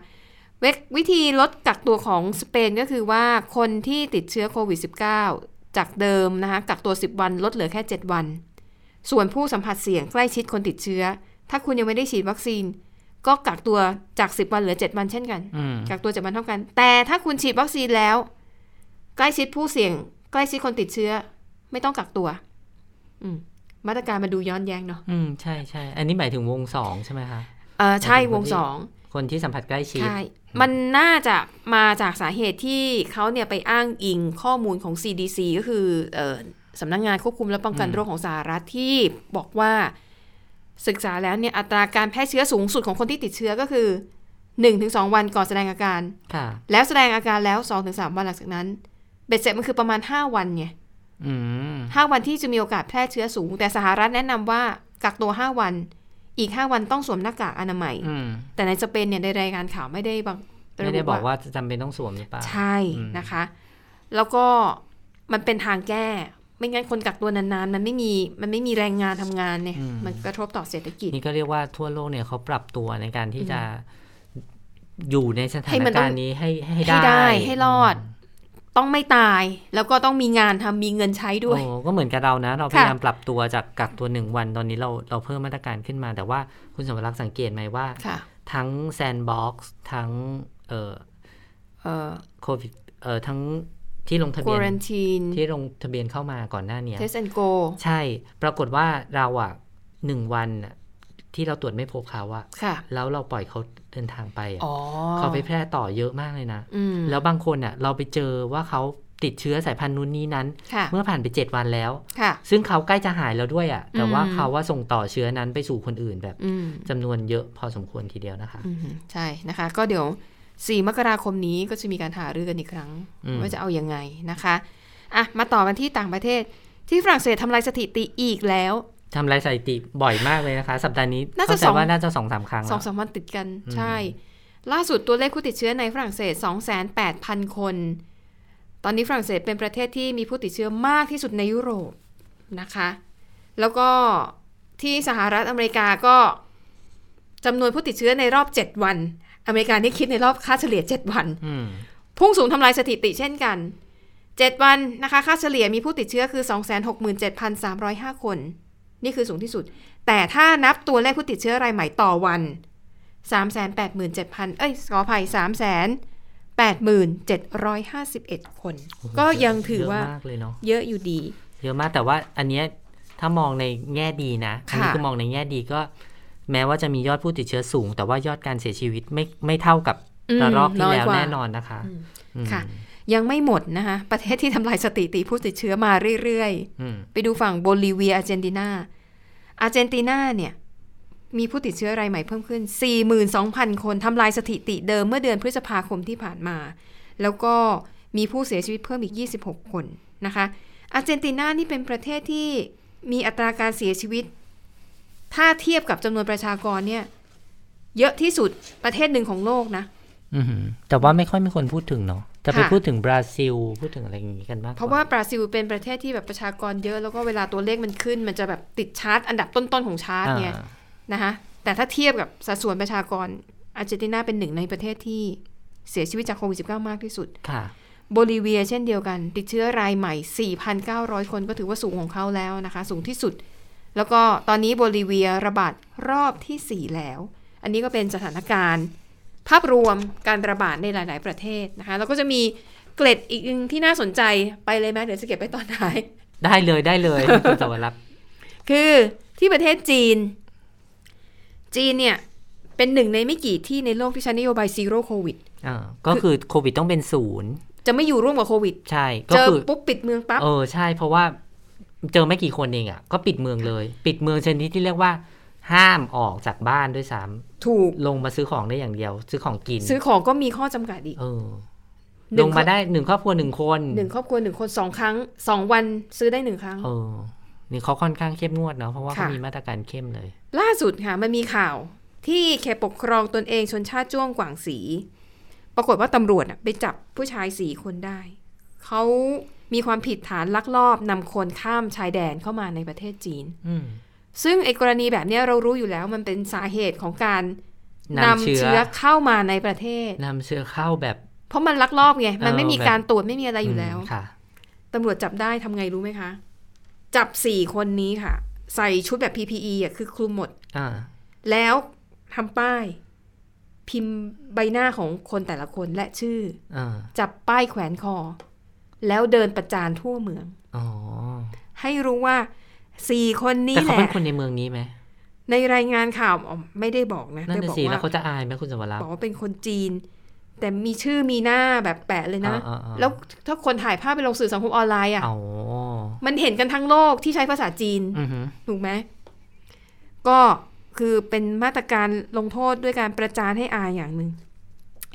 เววิธีลดกักตัวของสเปนก็คือว่าคนที่ติดเชื้อโควิด -19 จากเดิมนะคะกักตัว 10 วันลดเหลือแค่ 7 วัน ส่วนผู้สัมผัสเสี่ยงใกล้ชิดคนติดเชื้อ ถ้าคุณยังไม่ได้ฉีดวัคซีน ก็กักตัวจาก 10 วันเหลือ 7 วันเช่นกัน อืม กักตัว7วันเท่ากัน แต่ถ้าคุณฉีดวัคซีนแล้ว ใกล้ชิดผู้เสี่ยง ใกล้ชิดคนติดเชื้อ ไม่ต้องกักตัวอืมมาตรการมาดูย้อนแย้งเนาะ อืมใช่ใช่อันนี้หมายถึงวงสองใช่ไหมคะ เออใช่ มาถึง ว วั ง นที่ สอง คนที่สัมผัสใกล้ชิด ใช่ มันน่าจะมาจากสาเหตุที่เขาเนี่ยไปอ้างอิงข้อมูลของ CDC ก็คือเออสำนักงงานควบคุมและป้องกัน อืม โรคของสหรัฐที่บอกว่าศึกษาแล้วเนี่ยอัตราการแพร่เชื้อสูงสุดของคนที่ติดเชื้อก็คือ 1-2 วันก่อนแสดงอาการ ค่ะ แล้วแสดงอาการแล้ว 2-3 วันหลังจากนั้น เบ็ดเสร็จมันคือประมาณ 5 วันไง อืม ห้าวันที่จะมีโอกาสแพร่เชื้อสูง แต่สหรัฐแนะนำว่ากักตัว 5 วัน อีก 5 วันต้องสวมหน้ากากอนามัย อืม แต่ในสเปนเนี่ยในรายงานข่าวไม่ได้บัง ไม่ได้ ระ บอกว่าจะจำเป็นต้องสวมหรือเปล่า ใช่ อืม นะคะ แล้วก็มันเป็นทางแก้ ไม่งั้นคนกักตัวนานๆ มันไม่มีมันไม่มีแรงงานทำงานเนี่ย มันกระทบต่อเศรษฐกิจ นี่ก็เรียกว่าทั่วโลกเนี่ยเขาปรับตัวในการที่จะอยู่ในสถา ให้ น มันต้ กา อง รณ์นี้ให้ให้ ให้ได้ให้รอด ม ต้องไม่ตาย แล้วก็ต้องมีงานทำมีเงินใช้ด้วย โอ้ก็เหมือนกับเรานะ เราพ ค่ะ ยายามปรับตัวจากกักตัวหนึ่งวันตอนนี้เราเราเพิ่มมาตรการขึ้นมา แต่ว่าคุณสมรักษ์สังเกตไหมว่า ค่ะ ทั้งแซนบ็อกซ์ทั้งเอ่อ เออ โควิดเอ่อทั้งที่ลงทะ คว เบีย อน นทีน ที่ลงทะเบียนเข้ามาก่อนหน้าเนี้ย เทสแอนโก ใช่ ปรากฏว่าเราอ่ะหนึ่งวันน่ะที่เราตรวจไม่พบเขาอ่ะ ค่ะ แล้วเราปล่อยเขาเดินทางไปอะ อ๋อ เขาไปแพร่ต่อเยอะมากเลยนะ อืม แล้วบางคนอ่ะเราไปเจอว่าเขาติดเชื้อสายพันธุ์นู้นนี้นั้น ค่ะ เมื่อผ่านไปเจ็ดวันแล้ว ค่ะ ซึ่งเขาใกล้จะหายแล้วด้วยอ่ะ แต่ว่า อืม เขาว่าส่งต่อเชื้อนั้นไปสู่คนอื่นแบบ อืม จำนวนเยอะพอสมควรทีเดียวนะคะ อืมใช่นะคะ ก็เดี๋ยว 4 มกราคมนี้ก็จะมีการหารือกันอีกครั้ง อืม ว่าจะเอาอยัางไงนะคะอ่ะมาต่อกันที่ต่างประเทศ ที่ฝรั่งเศสทำลายสถิติอีกแล้ว ทำลายสถิติบ่อยมากเลยนะคะ สัปดาห์นี้ น่าจะ เข้าใจ สอง ว่าน่าจะสองสามครั้ง สอง แล้ว สามวันติดกัน อืม ใช่ ล่าสุดตัวเลขผู้ติดเชื้อในฝรั่งเศส 28,000 คน ตอนนี้ฝรั่งเศสเป็นประเทศที่มีผู้ติดเชื้อมากที่สุดในยุโรปนะคะ แล้วก็ที่สหรัฐอเมริกาก็จำนวนผู้ติดเชื้อในรอบ 7 วัน อเมริกานี่คิดในรอบค่าเฉลี่ย 7 วัน อืม พุ่งสูงทำลายสถิติเช่นกัน 7 วันนะคะ ค่าเฉลี่ยมีผู้ติดเชื้อคือ 267,305 คน นี่คือสูงที่สุด แต่ถ้านับตัวเลขผู้ติดเชื้อรายใหม่ต่อวัน 387,000 เอ้ยขออภัย 387,751 คน โอ้โห ก็ยังถือ เะ ว่า เยะมากเลยเนาะ เยอะอยู่ดี เยอะมากแต่ว่าอันเนี้ยถ้ามองในแง่ดีนะอันนี้ ค่ะ คือมองในแง่ดีก็ แม้ว่าจะมียอดผู้ติดเชื้อสูง แต่ว่ายอดการเสียชีวิตไม่ไม่เท่ากับระลอกที่ มย แล้ว กา แน่นอนนะคะอืม ค่ะ ยังไม่หมดนะคะ ประเทศที่ทำลายสถิติผู้ติดเชื้อมาเรื่อยๆ อืม ไปดูฝั่งโบลิเวียอาร์เจนตินาอาร์เจนตินาเนี่ย มีผู้ติดเชื้อรายใหม่เพิ่มขึ้น 42,000 คนทำลายสถิติเดิมเมื่อเดือนพฤษภาคมที่ผ่านมา แล้วก็มีผู้เสียชีวิตเพิ่มอีก 26 คนนะคะ อาร์เจนตินานี่เป็นประเทศที่มีอัตราการเสียชีวิต ถ้าเทียบกับจำนวนประชากรเนี่ย เยอะที่สุดประเทศหนึ่งของโลกนะ อือหือแต่ว่าไม่ค่อยมีคนพูดถึงเนาะจะไป ค่ะ พูดถึงบราซิล พูดถึงอะไรอย่างนี้กันมากก เพราะว่าบราซิลเป็นประเทศที่แบบประชากรเยอะแล้วก็เวลาตัวเลขมันขึ้น มันจะแบบติดชาร์ตอันดับต้นๆของชาร์ตเนี่ย อ่า นะคะแต่ถ้าเทียบกับสัดส่วนประชากรอาร์เจนตินาเป็นหนึ่งในประเทศที่เสียชีวิตจากโควิด -19 มากที่สุด ค่ะ โบลิเวียเช่นเดียวกัน ติดเชื้อรายใหม่ 4,900 คนก็ถือว่าสูงของเขาแล้วนะคะ สูงที่สุด แล้วก็ตอนนี้โบลิเวียระบาดรอบทีสี่ 4 แล้ว อันนี้ก็เป็นสถานการณ์ ภาพรวมการระบาดในหลาย ๆ ประเทศนะคะ แล้วก็จะมีเกล็ดอีกหนึ่งที่น่าสนใจไปเลยไหมเดี๋ยวจะเก็บไปตอนท้าย ได้เลยได้ *laughs* เลยคุณสวรักษ์ คือที่ประเทศจีน จีนเนี่ย เป็นหนึ่งในไม่กี่ที่ในโลกที่ใช้นโยบายซีโร่โควิด อ่าก็คือโควิดต้องเป็นศูนย์ จะไม่อยู่ร่วมกับโควิด ใช่ก็ เจอ คือ ปุ๊บปิดเมืองปั๊บ เออ ใช่เพราะว่าเจอไม่กี่คนเองอะ่ะ ก็ปิดเมืองเลย ปิดเมืองชนิดที่เรียกว่า ห้ามออกจากบ้านด้วยซ้ ถูก ำลงมาซื้อของได้อย่างเดียว ซื้อของกิน ซื้อของก็มีข้อจำกัดอีก เออ ห ล นึ่ งมาได้หนึ่งครอบครัวหนึ่งคน หนึ่งครอบครัวหนึ่งคนสองครั้งสองวันซื้อได้หนึ่งครั้ง เออ นี่เขาค่อนข้างเข้มงวดเนาะเพราะว่า ค่ะ เขามีมาตรการเข้มเลย ล่าสุดค่ะ มันมีข่าวที่เขตปกครองตนเองชนชาติจ้วงกว่างสี ปรากฏว่าตำรวจน่ะไปจับผู้ชายสี่คนได้ เขามีความผิดฐานลักลอบนำคนข้ามชายแดนเข้ามาในประเทศจีน อืม ซึ่งไอ้กรณีแบบเนี้ยเรารู้อยู่แล้วมันเป็นสาเหตุของการ นำ นำ เชื้อ เชื้อเข้ามาในประเทศ นำเชื้อเข้าแบบ เพราะมันลักลอบไงมันไม่ เออ มี แบบ การตรวจไม่มีอะไรอยู่แล้ว มค่ะ ตำรวจจับได้ทำไงรู้ไหมคะ จับสี่คนนี้ค่ะ ใส่ชุดแบบ PPE อ่ะคือคลุมหมด อ่า แล้วทำป้าย พิมพ์ใบหน้าของคนแต่ละคนและชื่อ อ่า จับป้ายแขวนคอ แล้วเดินประจานทั่วเมือง อ๋อ ให้รู้ว่าสี่คนนี้ แต่ แห เขา ละ เป็นคนในเมืองนี้ไหม ในรายงานข่าวอ๋อไม่ได้บอกนะ นั่น แต่ น่ะ บอก สิแล้ว ว่า เขาจะอายไหมคุณสวรัก บ ษ์ อกว่าเป็นคนจีน แต่มีชื่อมีหน้าแบบแปะเลยนะ อ่าๆๆ แล้วถ้าคนถ่ายภาพไปลงสื่อสังคมออนไลน์อ่ะ อ๋อ มันเห็นกันทั้งโลกที่ใช้ภาษาจีน อือหือ ถูกไหม ก็คือเป็นมาตรการลงโทษด้วยการประจานให้อายอย่างหนึ่ง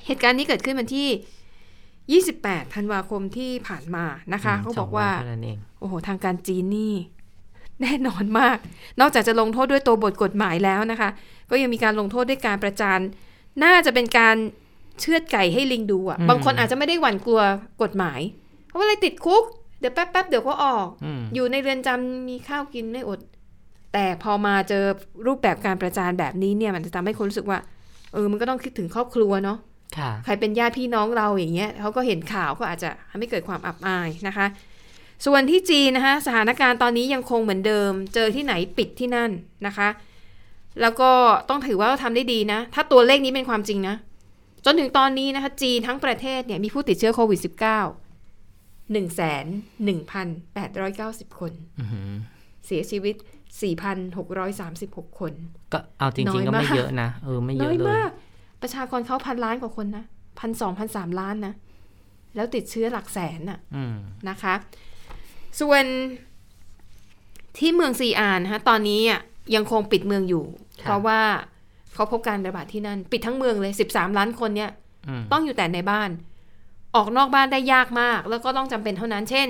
เหตุการณ์นี้เกิดขึ้นวันที่ 28 ธันวาคมที่ผ่านมานะคะ ม เขา ส บ ง อกว่า นเท่นั้นเอง โอ้โห ทางการจีนนี่ *laughs* แน่นอนมาก นอกจากจะลงโทษด้วยตัวบทกฎหมายแล้วนะคะ ก็ยังมีการลงโทษด้วยการประจาน น่าจะเป็นการเชือดไก่ให้ลิงดูอะ อืม บางคนอาจจะไม่ได้หวั่นกลัวกฎหมาย เพราะว่าอะไรติดคุก เดี๋ยวแป๊บๆเดี๋ยวก็ออก อืม อยู่ในเรือนจำมีข้าวกินไม่อด แต่พอมาเจอรูปแบบการประจานแบบนี้เนี่ย มันจะทำให้คนรู้สึกว่า เออ มันก็ต้องคิดถึงครอบครัวเนาะ ค่ะ ใครเป็นญาติพี่น้องเราอย่างเงี้ยเขาก็เห็นข่าวก็อาจจะทำให้เกิดความอับอายนะคะ ส่วนที่จีนนะคะสถานการณ์ตอนนี้ยังคงเหมือนเดิม เจอที่ไหนปิดที่นั่นนะคะ แล้วก็ต้องถือว่าเราทำได้ดีนะ ถ้าตัวเลขนี้เป็นความจริงนะ จนถึงตอนนี้นะคะ จีนทั้งประเทศเนี่ยมีผู้ติดเชื้อโควิด -19 1,1,890 คน อือหือ เสียชีวิต 4,636 คน ก็เอาจริงๆ น้อย ก็ไม่ มาก เยอะนะ เออไม่เย น้ อะ อย เลย มาก ประชากรเขาพันล้านกว่าคนนะพันสองพันสามล้านนะ แล้วติดเชื้อหลักแสนน่ะ อืม นะคะ ส่วนที่เมืองซีอานฮะตอนนี้อ่ะยังคงปิดเมืองอยู่ ะ เพราะว่าเขาพบการระบาดที่นั่น ปิดทั้งเมืองเลย 13 ล้านคนเนี่ย อืม ต้องอยู่แต่ในบ้าน ออกนอกบ้านได้ยากมาก แล้วก็ต้องจำเป็นเท่านั้น เช่น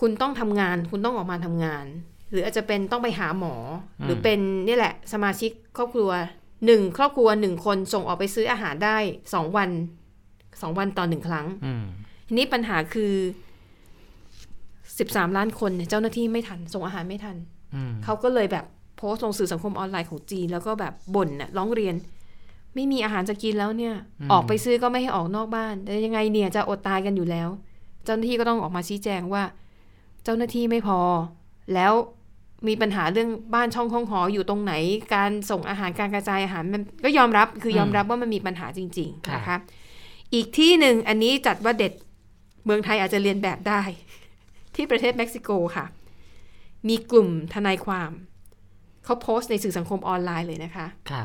คุณต้องทำงาน คุณต้องออกมาทำงาน หรืออาจจะเป็นต้องไปหาหมออหรือเป็นนี่แหละ สมาชิกครอบครัวหนึ่งครอบครัวหนึ่งคนส่งออกไปซื้ออาหารได้สองวันสองวันต่อหนึ่งครั้ง อืม ทีนี้ปัญหาคือสิบสามล้านคนเนี่ยเจ้าหน้าที่ไม่ทัน ส่งอาหารไม่ทัน อืม เขาก็เลยแบบโพสต์ลงสื่อสังคมออนไลน์ของจีน แล้วก็แบบบ่นน่ะร้องเรียน ไม่มีอาหารจะกินแล้วเนี่ย ออกไปซื้อก็ไม่ให้ออกนอกบ้านแต่ยังไงเนี่ยจะอดตายกันอยู่แล้ว เจ้าหน้าที่ก็ต้องออกมาชี้แจงว่า เจ้าหน้าที่ไม่พอ แล้วมีปัญหาเรื่องบ้านช่องห้องหออยู่ตรงไหน การส่งอาหารการกระจายอาหารมันก็ยอมรับคือยอมรับว่ามันมีปัญหาจริงๆนะคะอีกที่หนึ่งอันนี้จัดว่าเด็ดเมืองไทยอาจจะเรียนแบบได้ *laughs* ที่ประเทศเม็กซิโกค่ะ มีกลุ่มทนายความเขาโพสต์ในสื่อสังคมออนไลน์เลยนะคะ ค่ะ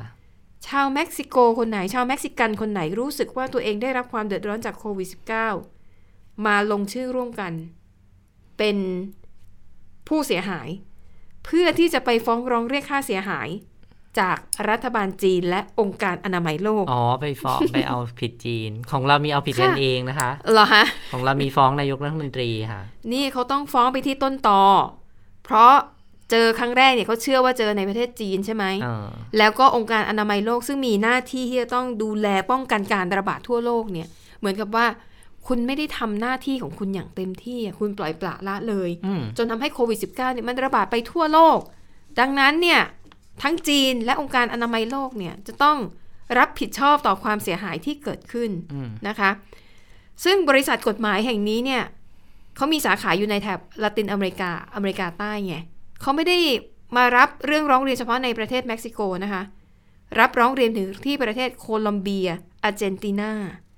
ชาวเม็กซิโกคนไหน ชาวเม็กซิกันคนไหนรู้สึกว่าตัวเองได้รับความเดือดร้อนจากโควิด -19 มาลงชื่อร่วมกัน เป็นผู้เสียหาย เพื่อที่จะไปฟ้องร้องเรียกค่าเสียหาย จากรัฐบาลจีนและองค์การอนามัยโลก อ๋อไปฟ้อง *laughs* ไปเอาผิดจีน ของเรามีเอาผิดกัน ค่ะ เองนะคะ เหรอฮะ ของเรามีฟ้องนายกรัฐมนตรีค่ะ นี่เขาต้องฟ้องไปที่ต้นตอ เพราะเจอครั้งแรกเนี่ยเขาเชื่อว่าเจอในประเทศจีนใช่ไหม เออ แล้วก็องค์การอนามัยโลกซึ่งมีหน้าที่ที่จะต้องดูแลป้องกันการระบาดทั่วโลกเนี่ย เหมือนกับว่า คุณไม่ได้ทำหน้าที่ของคุณอย่างเต็มที่อะคุณปล่อยปละละเลย อืม จนทำให้โควิด -19 เนี่ยมันระบาดไปทั่วโลก ดังนั้นเนี่ย ทั้งจีนและองค์การอนามัยโลกเนี่ย จะต้องรับผิดชอบต่อความเสียหายที่เกิดขึ้น อืม นะคะ ซึ่งบริษัทกฎหมายแห่งนี้เนี่ยเขามีสาขาอยู่ในแถบละตินอเมริกาอเมริกาใต้ไงเขาไม่ได้มารับเรื่องร้องเรียนเฉพาะในประเทศเม็กซิโกนะคะ รับร้องเรียนถึงที่ประเทศโคลอมเบียอาร์เจนตินา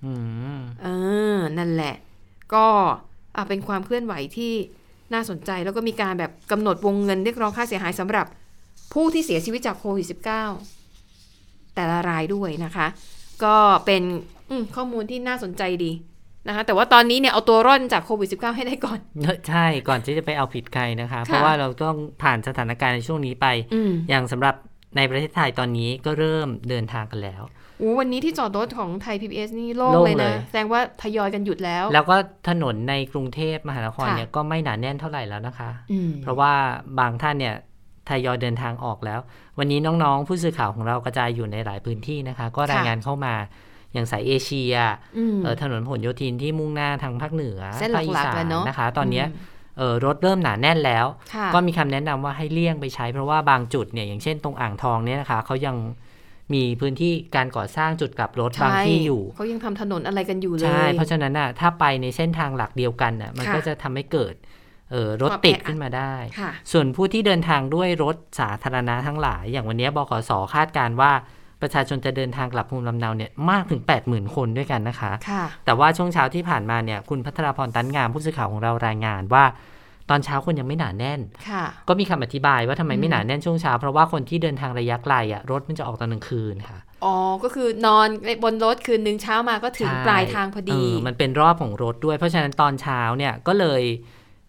อืม เออ นั่นแหละ ก็อ่ะเป็นความเคลื่อนไหวที่น่าสนใจ แล้วก็มีการแบบกำหนดวงเงินเรียกร้องค่าเสียหายสำหรับผู้ที่เสียชีวิตจากโควิด -19 แต่ละรายด้วยนะคะ ก็เป็นอืมข้อมูลที่น่าสนใจดีนะคะ แต่ว่าตอนนี้เนี่ยเอาตัวรอดจากโควิด -19 ให้ได้ก่อน เนอะใช่ก่อนที่จะไปเอาผิดใครนะคะ เพราะว่าเราต้องผ่านสถานการณ์ในช่วงนี้ไป อืม อย่างสำหรับในประเทศไทยตอนนี้ก็เริ่มเดินทางกันแล้ว อู้วันนี้ที่จอดรถของไทย PBS นี่โล่ง โล่ง เลยนะ เลย แสดงว่าทยอยกันหยุดแล้ว แล้วก็ถนนในกรุงเทพมหานคร ค่ะ เนี่ยก็ไม่หนาแน่นเท่าไหร่แล้วนะคะ อืม เพราะว่าบางท่านเนี่ยทยอยเดินทางออกแล้ว วันนี้น้องๆ ผู้สื่อข่าวของเรากระจายอยู่ในหลายพื้นที่นะคะ ก็ราย ค่ะ งานเข้ามาอย่างสายเอเชีย อืม เอ่อถนนผลโยธินที่มุ่งหน้าทางภาคเหนือ เส้น ภาคอี หลัก สา ๆแล้ น วเนาะ นะคะ ตอนเนี้ยเอ่อรถเริ่มหนาแน่นแล้ว ค่ะ ก็มีคำแนะนำว่าให้เลี่ยงไปใช้ เพราะว่าบางจุดเนี่ยอย่างเช่นตรงอ่างทองเนี่ยนะคะเขายังมีพื้นที่การก่อสร้างจุดกลับรถบาง ใช่ ที่อยู่ เขายังทำถนนอะไรกันอยู่เลย ใช่ เพราะฉะนั้นน่ะถ้าไปในเส้นทางหลักเดียวกันน่ะมัน ค่ะ ก็จะทำให้เกิดเอ่อรถ ความ ติด แออัด ขึ้นมาได้ ค่ะ ส่วนผู้ที่เดินทางด้วยรถสาธารณะทั้งหลาย อย่างวันนี้บขสคาดการณ์ว่าประชาชนจะเดินทางกลับภูมิลำเนาเนี่ยมากถึง 80,000 คนด้วยกันนะคะ ค่ะ แต่ว่าช่วงเช้าที่ผ่านมาเนี่ยคุณพัทรพรตันงามผู้สื่อข่าวของเรารายงานว่า ตอนเช้าคนยังไม่หนาแน่น ค่ะ ก็มีคำอธิบายว่าทำไม อื ไม่ ม หนาแน่นช่วงเช้า เพราะว่าคนที่เดินทางระยะไกลอ่ะรถมันจะออกตอนกลางคืนค่ะ อ๋อ ก็คือนอนบนรถคืนนึงเช้ามาก็ถึง ใช่ ปลายทางพอดี เมันเป็นรอบของรถด้วย เพราะฉะนั้นตอนเช้าเนี่ยก็เลย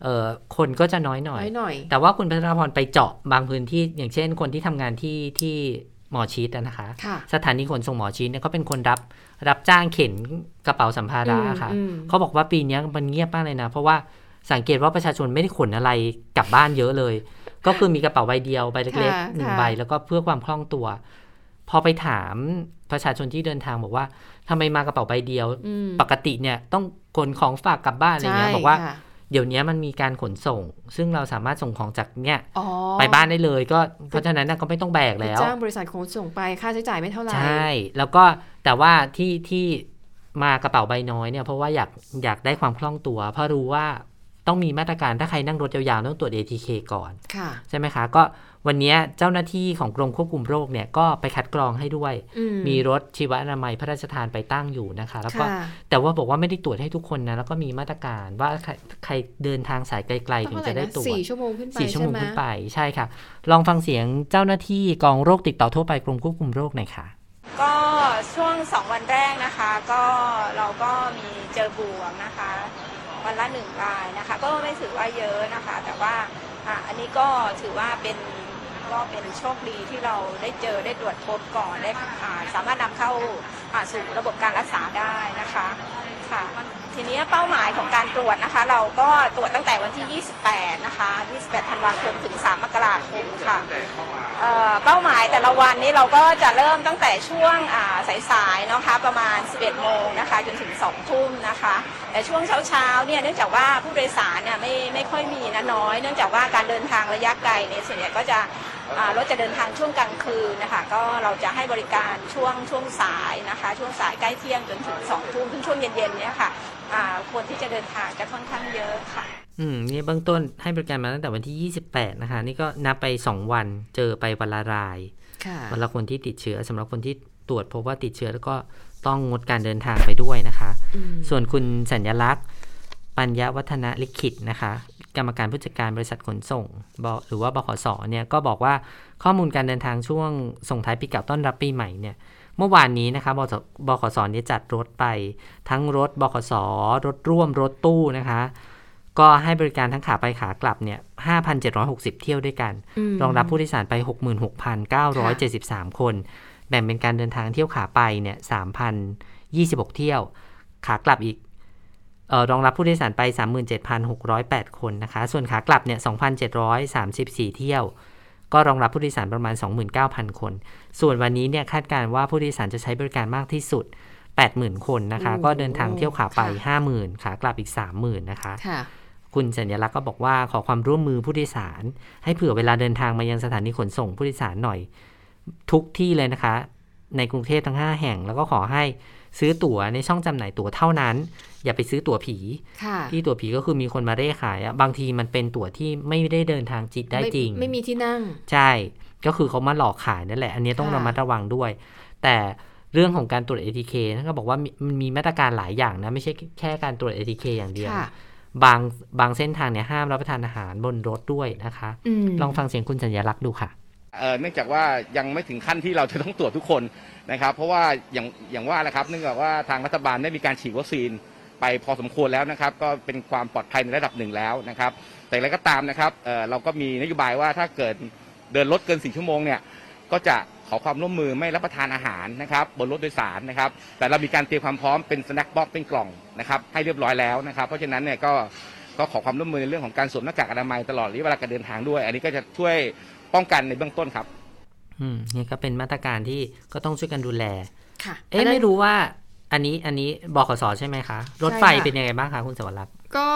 เอ่อคนก็จะน้อยหน่ น้ อ อย ยหน่อย แต่ว่าคุณพัทรพรไปเจาะบางพื้นที่ อย่างเช่น คนที่ทำงานที่ที่หมอชิดอะนะคะ ค่ะ สถานีขนส่งหมอชิดเนี่ยก็เป็นคนรับรับจ้างเข็นกระเป๋าสัมภาระค่ะ อืม เขาบอกว่าปีเนี้ยมันเงียบมากเลยนะ เพราะว่าสังเกตว่าประชาชนไม่ได้ขนอะไรกลับบ้านเยอะเลย ก็คือมีกระเป๋าใบเดียวใบเล็ก ค่ะ ๆหนึ่ง ค่ะ ใบแล้วก็เพื่อความคล่องตัว พอไปถามประชาชนที่เดินทางบอกว่าทำไมมากระเป๋าใบเดียว อืม ปกติเนี่ยต้องขนของฝากกลับบ้านอะไรเงี้ย ใช่ บอกว่า ค่ะ เดี๋ยวนี้มันมีการขนส่ง ซึ่งเราสามารถส่งของจากเนี่ย อ๋อ ไปบ้านได้เลยก็เพราะฉะนั้นน่ะก็ไม่ต้องแบกแล้ว จ้างบริษัทขนส่งไปค่าใช้จ่ายไม่เท่าไหร่ ใช่ แล้วก็แต่ว่าที่ที่มากระเป๋าใบน้อยเนี่ยเพราะว่าอยากอยากได้ความคล่องตัว เพราะรู้ว่าต้องมีมาตรการถ้าใครนั่งรถยาวๆต้องตรวจ ATK ก่อน ค่ะ ใช่ไหมคะ ก็วันเนี้ยเจ้าหน้าที่ของกรมควบคุมโรคเนี่ยก็ไปคัดกรองให้ด้วย อืม มีรถชีวอนามัยพระราชทานไปตั้งอยู่นะคะ แล้วก็ ค่ะ แต่ว่าบอกว่าไม่ได้ตรวจให้ทุกคนนะแล้วก็มีมาตรการว่าใครใครเดินทางสายไกลๆถึงจะได้ตรวจ สี่ชั่วโมงขึ้นไป สี่ชั่วโมง ใไห ขึ้นไปใช่ค่ะ ลองฟังเสียงเจ้าหน้าที่กองโรคติดต่อทั่วไปกรมควบคุมโรคหน่อยค่ะ ก็ช่วง 2 วันแรกนะคะก็เราก็มีเจอบวกนะคะ วันละหนึ่งรายนะคะ ก็ไม่ถือว่าเยอะนะคะ แต่ว่าอ่ะอันนี้ก็ถือว่าเป็นก็เป็นโชคดีที่เราได้เจอได้ตรวจพบก่อนได้อ่าสามารถนำเข้าอ่าสู่ระบบการรักษาได้นะคะค่ะทีนี้เป้าหมายของการตรวจนะคะ เราก็ตรวจตั้งแต่วันที่ 28 นะคะ 28 ธันวาคมถึง 3 มกราคมค่ะ เอ่อเป้าหมายแต่ละวันนี้เราก็จะเริ่มตั้งแต่ช่วงอ่าสายๆเนาะคะประมาณ 11 โมงนะคะจนถึง 2 ทุ่มนะคะ แต่ช่วงเช้าๆเนี่ยเนื่องจากว่าผู้โดยสารเนี่ยไม่ไม่ค่อยมีนะน้อย เนื่องจากว่าการเดินทางระยะไกลเนี่ยส่วนใหญ่ก็จะอ่ารถจะเดินทางช่วงกลางคืนนะคะก็เราจะให้บริการช่วงช่วงสายนะคะ ช่วงสายใกล้เที่ยงจนถึง 2 ทุ่มถึงช่วงเย็นๆเนี่ยค่ะอ่าคนที่จะเดินทางจะค่อนข้างเยอะค่ะ อืมนี่เบื้องต้นให้บริการมาตั้งแต่วันที่ 28 นะคะ นี่ก็นับไป 2 วันเจอไปวันละราย ค่ะ วันละคนที่ติดเชื้อสำหรับคนที่ตรวจพบว่าติดเชื้อแล้วก็ต้องงดการเดินทางไปด้วยนะคะ อืม ส่วนคุณสัญญลักษณ์ ปัญญวัฒนลิขิตนะคะ กรรมการผู้จัดการบริษัทขนส่งบหรือว่าบขสเนี่ยก็บอกว่าข้อมูลการเดินทางช่วงส่งท้ายปีเก่าต้อนรับปีใหม่เนี่ยเมื่อวานนี้นะคะบสบขสเนี่ยจัดรถไป ทั้งรถบขสรถร่วมรถตู้นะคะ ก็ให้บริการทั้งขาไปขากลับเนี่ย5,760 เที่ยวด้วยกัน ม รองรับผู้โดยสารไป 66,973 คน แบ่งเป็นการเดินทางเที่ยวขาไปเนี่ย3,026 เที่ยว ขากลับอีกเออรองรับผู้โดยสารไป 37,608 คนนะคะ ส่วนขากลับเนี่ย2,734 เที่ยว ก็รองรับผู้โดยสารประมาณ 29,000 คน ส่วนวันนี้เนี่ยคาดการณ์ว่าผู้โดยสารจะใช้บริการมากที่สุด 80,000 คนนะคะ โอ้โห ก็เดินทางเที่ยวขาไป ค่ะ 50,000 ขากลับอีก 30,000 นะคะ ค่ะ คุณสัญลักษณ์ก็บอกว่าขอความร่วมมือผู้โดยสาร ให้เผื่อเวลาเดินทางมายังสถานีขนส่งผู้โดยสารหน่อย ทุกที่เลยนะคะ ในกรุงเทพทั้ง 5 แห่ง แล้วก็ขอให้ซื้อตั๋วในช่องจำหน่ายตั๋วเท่านั้น อย่าไปซื้อตั๋วผี ค่ะ ที่ตั๋วผีก็คือมีคนมาเร่ขายอะบางทีมันเป็นตั๋วที่ไม่ได้เดินทางจิตได้จริง ไม่ไม่มีที่นั่ง ใช่ ก็คือเขามาหลอกขายนั่นแหละ อันนี้ต้อง ค่ะ ระมัดระวังด้วย แต่เรื่องของการตรวจ ATK ท่านก็บอกว่ามีมันมีมาตรการหลายอย่างนะ ไม่ใช่แค่การตรวจ ATK อย่างเดียว ค่ะ บางบางเส้นทางเนี่ยห้ามรับประทานอาหารบนรถด้วยนะคะ อืม ลองฟังเสียงคุณสัญลักษณ์ดูค่ะ เอ่อเนื่องจากว่ายังไม่ถึงขั้นที่เราจะต้องตรวจทุกคนนะครับ เพราะว่าอย่างอย่างว่าแหละครับ เนื่องจากว่าทางรัฐบาลได้มีการฉีดวัคซีนไปพอสมควรแล้วนะครับ ก็เป็นความปลอดภัยในระดับหนึ่งแล้วนะครับ แต่อะไรก็ตามนะครับเอ่อเราก็มีนโยบายว่าถ้าเกิดเดินรถเกินสี่ชั่วโมงเนี่ยก็จะขอความร่วมมือไม่รับประทานอาหารนะครับบนรถโดยสารนะครับ แต่เรามีการเตรียมความพร้อมเป็นสแน็คบ็อกเป็นกล่องนะครับให้เรียบร้อยแล้วนะครับ เพราะฉะนั้นเนี่ยก็ก็ขอความร่วมมือในเรื่องของการสวมหน้ากากอนามัยตลอดระยะเวลาการเดินทางด้วย อันนี้ก็จะช่วยป้องกันในเบื้องต้นครับ อืมนี่ก็เป็นมาตรการที่ก็ต้องช่วยกันดูแล ค่ะ เอ๊ะ นนั้น ไม่รู้ว่าอันนี้อันนี้บขสใช่ไหมคะ รถไฟ ใช่ค่ะ เป็นยังไงบ้างคะคุณสัญลักษณ์ ก็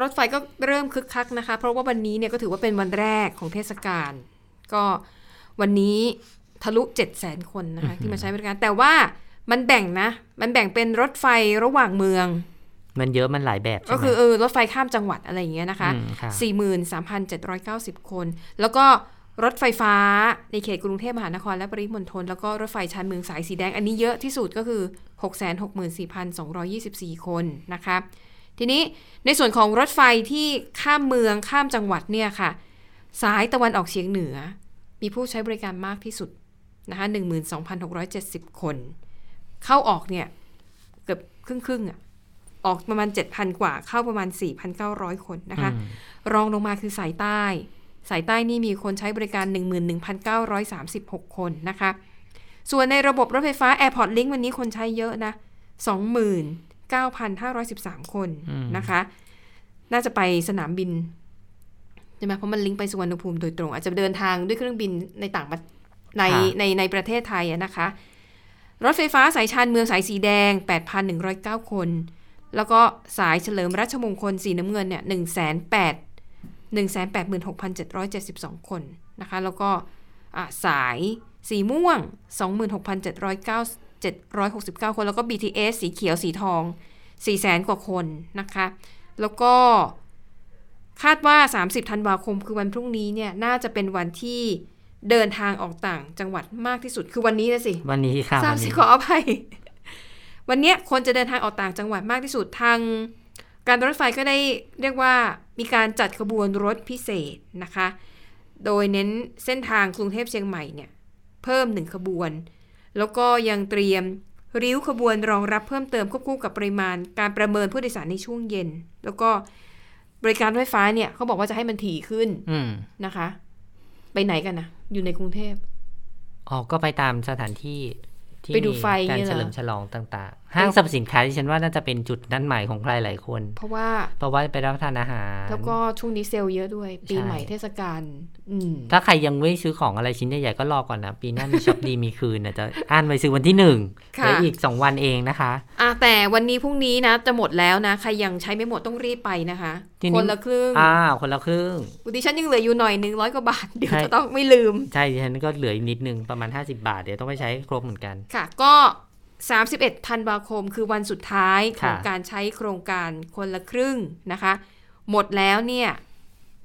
รถไฟก็เริ่มคึกคักนะคะ เพราะว่าวันนี้เนี่ยก็ถือว่าเป็นวันแรกของเทศกาลก็วันนี้ทะลุ 7 0 0 0 0 คนนะคะที่มาใช้บริการ แต่ว่ามันแบ่งนะ มันแบ่งเป็นรถไฟระหว่างเมือง มันเยอะมันหลายแบบใช่ ก็ ไหม คือเออรถไฟข้ามจังหวัดอะไรอย่างเงี้ยนะคะ มค่ะ 43,790 คน แล้วก็รถไฟฟ้าในเขตกรุงเทพมหานครและปริมณฑลแล้วก็รถไฟชานเมืองสายสีแดง อันนี้เยอะที่สุดก็คือ 664,224 คนนะคะทีนี้ในส่วนของรถไฟที่ข้ามเมืองข้ามจังหวัดเนี่ยค่ะ สายตะวันออกเฉียงเหนือ มีผู้ใช้บริการมากที่สุดนะคะ12,670 คน เข้าออกเนี่ยเกือบครึ่งครึ่งๆอะออกประมาณ 7,000 กว่า เข้าประมาณ 4,900 คนนะคะ อืม รองลงมาคือสายใต้ สายใต้นี่มีคนใช้บริการ 11,936 คนนะคะ ส่วนในระบบรถไฟฟ้า Airport Link วันนี้คนใช้เยอะนะ 29,513 คน อืม นะคะ น่าจะไปสนามบินใช่ไหมเพราะมันลิงก์ไปสุวรรณภูมิโดยตรง อาจจะเดินทางด้วยเครื่องบินในต่างประในในในประเทศไทยอะนะคะ รถไฟฟ้าสายชานเมืองสายสีแดง 8,109 คน แล้วก็สายเฉลิมรัชมงคลสีน้ำเงินเนี่ย1 8 1 8 6 7 7 2 คนนะคะ แล้วก็อ่ะสายสีม่วง 26,769 คน แล้วก็ BTS สีเขียวสีทอง 4 แสนกว่าคนนะคะ แล้วก็คาดว่า 30 ธันวาคมคือวันพรุ่งนี้เนี่ย น่าจะเป็นวันที่เดินทางออกต่างจังหวัดมากที่สุดคือวันนี้นะสิ วันนี้ค่ะ สาม วัน สิ นี้ ขออภัย วันเนี้ยคนจะเดินทางออกต่างจังหวัดมากที่สุดทาง การรถไฟก็ได้เรียกว่ามีการจัดขบวนรถพิเศษนะคะ โดยเน้นเส้นทางกรุงเทพเชียงใหม่เนี่ยเพิ่มหนึ่งขบวน แล้วก็ยังเตรียมริ้วขบวนรองรับเพิ่มเติมควบคู่กับปริมาณการประเมินผู้โดยสารในช่วงเย็น แล้วก็บริการรถไฟฟ้าเนี่ยเขาบอกว่าจะให้มันถี่ขึ้น อืม นะคะ ไปไหนกันนะอยู่ในกรุงเทพ ออกก็ไปตามสถานที่ที่ ไปดูไฟ มีการ เงี้ยเหเฉรอลิมฉลองต่างๆ ห้างสรรพสินค้าที่ฉันว่าน่าจะเป็นจุดนั่นหมายของใครหลายคน เพราะว่า เพราะว่าไปรับประทานอาหาร แล้วก็ช่วงนี้เซลล์เยอะด้วย ปี ใช่ ใหม่เทศกาลอืม ถ้าใครยังไม่ซื้อของอะไรชิ้นใหญ่ๆก็รอก่อนนะ ปีหน้ามีช็อปดีมีคืนนะจะอ่านไว้ซื้อวันที่หนึ่งเห ค่ะ ลืออีก 2 วันเองนะคะ อ่ะแต่วันนี้พรุ่งนี้นะ จะหมดแล้วนะ ใครยังใช้ไม่หมดต้องรีบไปนะคะ ทีนี้ คนละครึ่ง อ้าวคนละครึ่ง อุยดิฉันยังเหลืออยู่หน่อยนึงร้อยกว่าบาท *laughs* เดี๋ยว ใช่ จะต้องไม่ลืม ใช่ดิฉันก็เหลืออีกนิดนึง ประมาณ 50 บาท เดี๋ยวต้องไปใช้ครบเหมือนกัน ค่ะ ก็ 31ธันวาคมคือวันสุดท้ายของ ค่ะ การใช้โครงการคนละครึ่งนะคะ หมดแล้วเนี่ย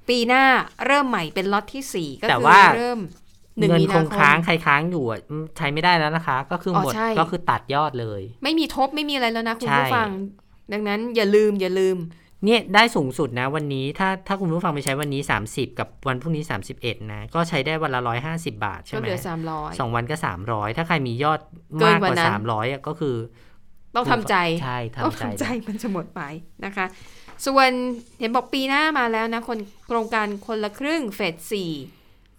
ปีหน้าเริ่มใหม่เป็นล็อตที่สี่ก็คือเริ่มหนึ่ง เงิน มี ค นาค งค้าง ม ใครค้างอยู่อ่ะอืมใช้ไม่ได้แล้วนะคะ ก็คืออ อ หมด ใช่ ก็คือตัดยอดเลย ไม่มีทบไม่มีอะไรแล้วนะคุณ ใช่ ผู้ฟัง ดังนั้นอย่าลืมอย่าลืม เนี่ยได้สูงสุดนะวันนี้ถ้าถ้าคุณผู้ฟังไปใช้วันนี้ 30 กับวันพรุ่งนี้ 31 นะ ก็ใช้ได้วันละ 150 บาทใช่ ก็ ไหม เหลือสามร้อย สองวันก็300ถ้าใครมียอด เกิน มาก ก ก ว่า ว่า นั้น 300อ่ะก็คือ ต้องทำใจ ใช่ ต้อง ทำใจ ทำใจมันจะหมดไปนะคะ ส่วนเห็นบอกปีหน้ามาแล้วนะคนโครงการคนละครึ่งเฟสสี่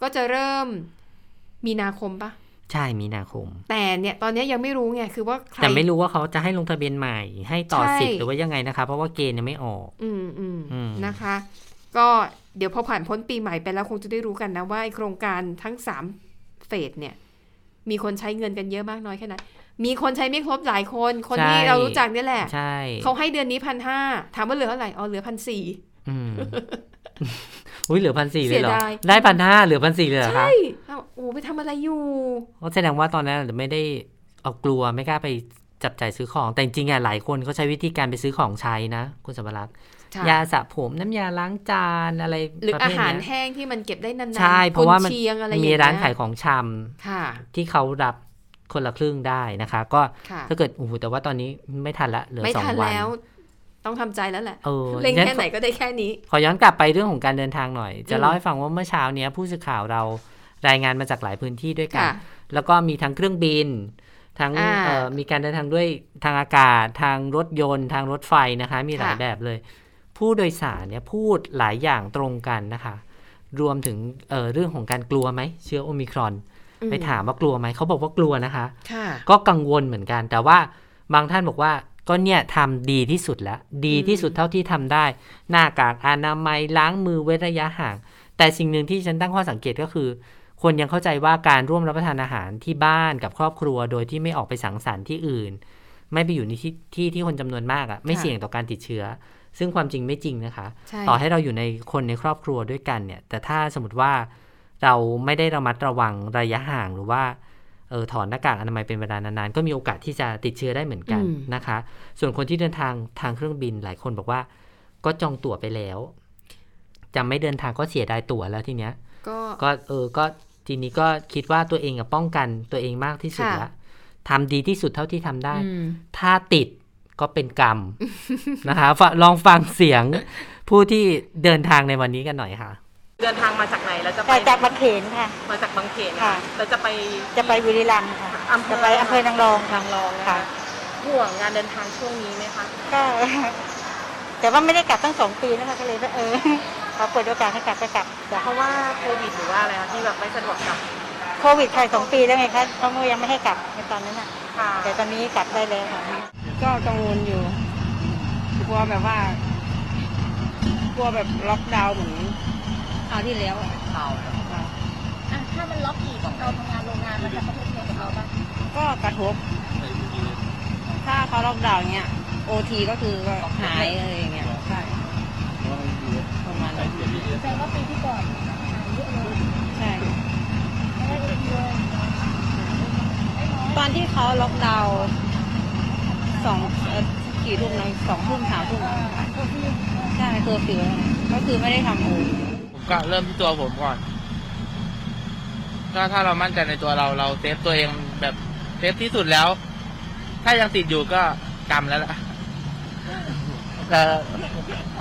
ก็จะเริ่มมีนาคมปะ ใช่มีนาคม แต่เนี่ยตอนเนี้ยยังไม่รู้ไงคือว่าใคร แต่ไม่รู้ว่าเขาจะให้ลงทะเบียนใหม่ ให้ต่อ ใช่ สิทธิ์หรือว่ายังไงนะคะ เพราะว่าเกณฑ์ยังไม่ออก อืมอืม อืม นะคะ ก็เดี๋ยวพอผ่านพ้นปีใหม่ไปแล้วคงจะได้รู้กันนะว่าไอ้โครงการทั้งสามเฟสเนี่ย มีคนใช้เงินกันเยอะมากน้อยแค่ไหนมีคนใช้ไม่ครบหลายคน คนที่ ใช่ เรารู้จักเนี่ยแหละ ใช่ เขาให้เดือนนี้พันห้าถามว่าเหลือเท่าไหร่อ๋อเหลือพันสี่ อืม *laughs* อุ้ยเหลือพันสี่เลยเหรอ เสียดาย ได้พันห้าเหลือพันสี่เลยเหรอคะ ใช่เอ้าโอ้ไปทำอะไรอยู่ ก็แสดงว่าตอนนั้นอาจจะไม่ได้เอากลัวไม่กล้าไปจับจ่ายซื้อของ แต่จริงๆอ่ะหลายคนเขาใช้วิธีการไปซื้อของใช้นะคุณสมรักษ์ ใช่ ยาสระผมน้ำยาล้างจานอะไร หรือ ประ อา เภท หาร เนี้ย แห้งที่มันเก็บได้นานๆ ใช่เพราะว่ามัน กุนเชียงอะไรอย่ง มี เงี้ย ร้านขายของชำ ค่ะ ที่เขารับคนละครึ่งได้นะคะ ก็ ค่ะ ถ้าเกิดโอ้โหแต่ว่าตอนนี้ไม่ทันละเหลือ ไม่ สอง ทัน วัน แล้ว ต้องทำใจแล้วแหละ เออ เล็งแค่ไหนก็ได้แค่นี้ ขอย้อนกลับไปเรื่องของการเดินทางหน่อย จะ อืม เล่าให้ฟังว่าเมื่อเช้าเนี้ยผู้สื่อข่าวเรารายงานมาจากหลายพื้นที่ด้วยกัน ค่ะ แล้วก็มีทั้งเครื่องบิน ทั้ง อ่า เอ่อมีการเดินทางด้วยทางอากาศ ทางรถยนต์ ทางรถไฟนะคะ มีหลาย ค่ะ แบบเลย ผู้โดยสารเนี่ยพูดหลายอย่างตรงกันนะคะ รวมถึงเอ่อเรื่องของการกลัวไหมเชื้อโอมิครอน ไปถามว่ากลัวไหมเขาบอกว่ากลัวนะคะ ค่ะ ก็กังวลเหมือนกัน แต่ว่าบางท่านบอกว่าก็เนี่ยทำดีที่สุดแล้ว ดีที่สุดเท่าที่ทำได้ หน้ากากอนามัยล้างมือเว้นระยะห่าง แต่สิ่งหนึ่งที่ฉันตั้งข้อสังเกตก็คือ คนยังเข้าใจว่าการร่วมรับประทานอาหารที่บ้านกับครอบครัว โดยที่ไม่ออกไปสังสรรค์ที่อื่น ไม่ไปอยู่ในที่ที่ที่คนจำนวนมากอะ่ะไม่ ค่ะ เสี่ยงต่อการติดเชื้อ ซึ่งความจริงไม่จริงนะคะ ใช่ ต่อให้เราอยู่ในคนในครอบครัวด้วยกันเนี่ย แต่ถ้าสมมติว่าเราไม่ได้ระมัดระวังระยะห่างหรือว่าเออถอนหน้ากากอนามัยเป็นเวลานานๆ ก็มีโอกาสที่จะติดเชื้อได้เหมือนกัน อืม นะคะ ส่วนคนที่เดินทางทางเครื่องบินหลายคนบอกว่า ก็จองตั๋วไปแล้วจะไม่เดินทางก็เสียดายตั๋วแล้วทีเนี้ย ก็ ก็เออก็ทีนี้ก็คิดว่าตัวเองอะป้องกันตัวเองมากที่สุดละทำดีที่สุดเท่าที่ทำได้ อืม ถ้าติดก็เป็นกรรม นะคะฟะลองฟังเสียง *laughs* ผู้ที่เดินทางในวันนี้กันหน่อยค่ะ เดินทางมาจากไหนแล้วจะไป แต่จากบางเขนค่ะ มาจากบางเขน ค่ะ แล้วจะไป จะไปบุรีรัมย์ค่ะ อำเภอ จะไปอำเภอนางรองค่ะ นางรองนะคะ ค่ะ ห่วงงานเดินทางช่วงนี้ไหมคะ ก็ แต่ว่าไม่ได้กลับตั้งสองปีแล้วค่ะก็เลยว่าเออ *laughs* ขอเปิดโอกาสให้กลับก็กลับจ้ะ เพราะว่าโควิดหรือว่าอะไรคะที่แบบไม่สะดวกกลับ โควิดใครสองปีแล้วไงคะเขายังไม่ให้กลับในตอนนั้นน่ะ ค่ะ แต่ตอนนี้กลับได้แล้วค่ะ ก็กังวลอยู่กลัวแบบว่า กลัวแบบล็อกดาวน์เหมือนคราวที่แล้วอะค่ะ ถ้ามันล็อกอีกของเราทำงานโรงงานมันจะกระทบกับเราบ้าง ก็กระทบ ถ้าเขาล็อกดาวน์เนี้ยโอทีก็คือว่าหายอะไรอย่างเงี้ยใช่ประมาณนั้น แสดงว่าปีที่ก่อนหายเยอะเลย ใช่ ไม่ได้เองเลย ตอนที่เขาล็อกดาวน์สองเอ่อกี่ทุ่มนะสองทุ่มสามทุ่มอะค่ะใช่เคอร์ฟิวอะไรก็คือไม่ได้ทำโอ ผมก็เริ่มที่ตัวผมก่อน ถ้าถ้าเรามั่นใจในตัวเราเราเซฟตัวเองแบบเซฟที่สุดแล้ว ถ้ายังติดอยู่ก็กรรมแล้วล่ะ *laughs* แต่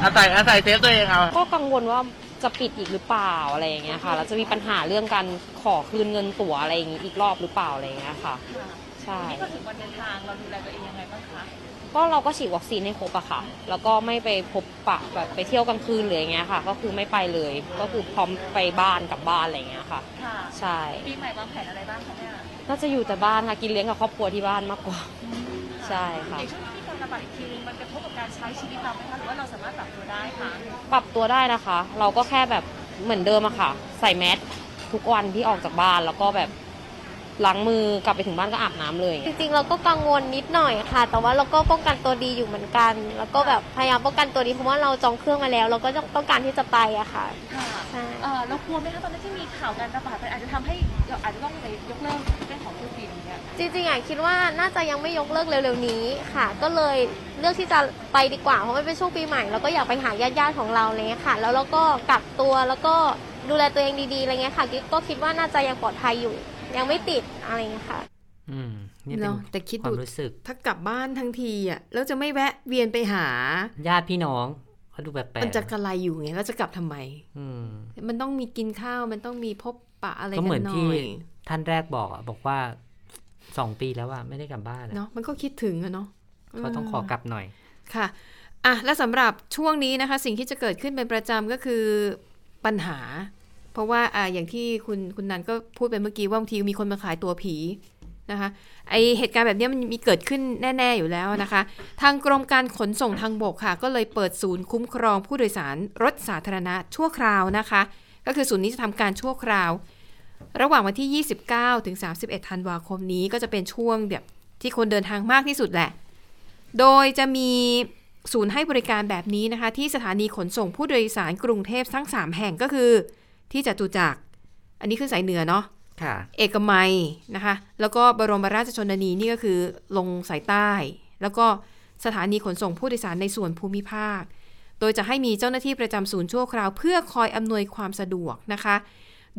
อาศัยอาศัยเซฟตัวเองเอา ก็กังวลว่าจะปิดอีกหรือเปล่าอะไรอย่างเงี้ยค่ะแล้วจะมีปัญหาเรื่องการขอคืนเงินตั๋วอะไรอย่างงี้อีกรอบหรือเปล่าอะไรอย่างเงี้ยค่ะ ใช่ นี่ก็ถึงวันเดินทางเราดูแลตัวเองยังไงบ้างคะ ก็เราก็ฉีดวัคซีนให้ครบอะค่ะ แล้วก็ไม่ไปพบปะแบบไปเที่ยวกลางคืนหรืออย่างเงี้ยค่ะ ก็คือไม่ไปเลย ก็คือพร้อมไปบ้านกลับบ้านอะไรอย่างเงี้ยค่ะ ค่ะ ใช่ ปีใหม่วางแผนอะไรบ้างคะเนี่ย น่าจะอยู่แต่บ้านค่ะกินเลี้ยงกับครอบครัวที่บ้านมากกว่า ใช่ค่ะ อย่างช่วงที่มีการระบาดอีกทีนึงมันกระทบกับการใช้ชีวิตเราไหมคะ หรือว่าเราสามารถปรับตัวได้คะ ปรับตัวได้นะคะ เราก็แค่แบบเหมือนเดิมอะค่ะ ใส่แมสทุกวันที่ออกจากบ้านแล้วก็แบบล้างมือกลับไปถึงบ้านก็อาบน้ำเลย จริงๆ เราก็กังวลนิดหน่อยค่ะ แต่ว่าเราก็ป้องกันตัวดีอยู่เหมือนกัน แล้วก็แบบพยายามป้องกันตัวดีเพราะว่าเราจองเครื่องมาแล้ว เราก็ต้องการที่จะไปอะค่ะ ค่ะ ใช่ เออแล้วกลัวไหมคะตอนนั้นที่มีข่าวการระบาดมันอาจจะทำให้เราอาจจะต้องไปยกเลิกเรื่องของเครื่องบินอย่างเงี้ย จริงๆอ่ะคิดว่าน่าจะยังไม่ยกเลิกเร็วๆนี้ค่ะ ก็เลยเลือกที่จะไปดีกว่า เพราะมันเป็นช่วงปีใหม่แล้วก็อยากไปหาญาติๆของเราอะไรเลยค่ะ แล้วเราก็กักตัวแล้วก็ดูแลตัวเองดีๆอะไรเงี้ยค่ะก็ก็คิดว่าน่าจะยังปลอดภัยอยู่ ยังไม่ติดอะไรเงี้ยค่ะ อืมนี่เป็น เนาะแต่คิด ความ ดู รู้สึก ถ้ากลับบ้านทั้งทีอ่ะแล้วจะไม่แวะเวียนไปหา ญาติพี่น้องก็ดูแบบแปลก มันจะกระไรอยู่ไงแล้วจะกลับทำไม อืม มันต้องมีกินข้าวมันต้องมีพบปะอะไร ก็ กัน เห ห มือน น่ ที่ อย ท่านแรกบอกอะบอกว่าสองปีแล้วอะไม่ได้กลับบ้านอะ เนาะมันก็คิดถึงอะเนาะ ก็ต้องขอกลับหน่อย ค่ะ อ่ะและสำหรับช่วงนี้นะคะ สิ่งที่จะเกิดขึ้นเป็นประจำก็คือปัญหา เพราะว่าอ่าอย่างที่คุณคุณนันก็พูดไปเมื่อกี้ว่าบางทีมีคนมาขายตัวผีนะคะไอเหตุการณ์แบบเนี้ยมันมีเกิดขึ้นแน่ ๆอยู่แล้วนะคะ ทางกรมการขนส่งทางบกค่ะ ก็เลยเปิดศูนย์คุ้มครองผู้โดยสารรถสาธารณะชั่วคราวนะคะ ก็คือศูนย์นี้จะทำการชั่วคราว ระหว่างวันที่ 29 ถึง 31 ธันวาคมนี้ก็จะเป็นช่วงแบบที่คนเดินทางมากที่สุดแหละ โดยจะมีศูนย์ให้บริการแบบนี้นะคะ ที่สถานีขนส่งผู้โดยสารกรุงเทพทั้ง 3 แห่งก็คือ ที่จตุจักร อันนี้คือสายเหนือเนาะ ค่ะ เอกมัยนะคะ แล้วก็บรมราชชนนีนี่ก็คือลงสายใต้ แล้วก็สถานีขนส่งผู้โดยสารในส่วนภูมิภาค โดยจะให้มีเจ้าหน้าที่ประจำศูนย์ชั่วคราว เพื่อคอยอำนวยความสะดวกนะคะ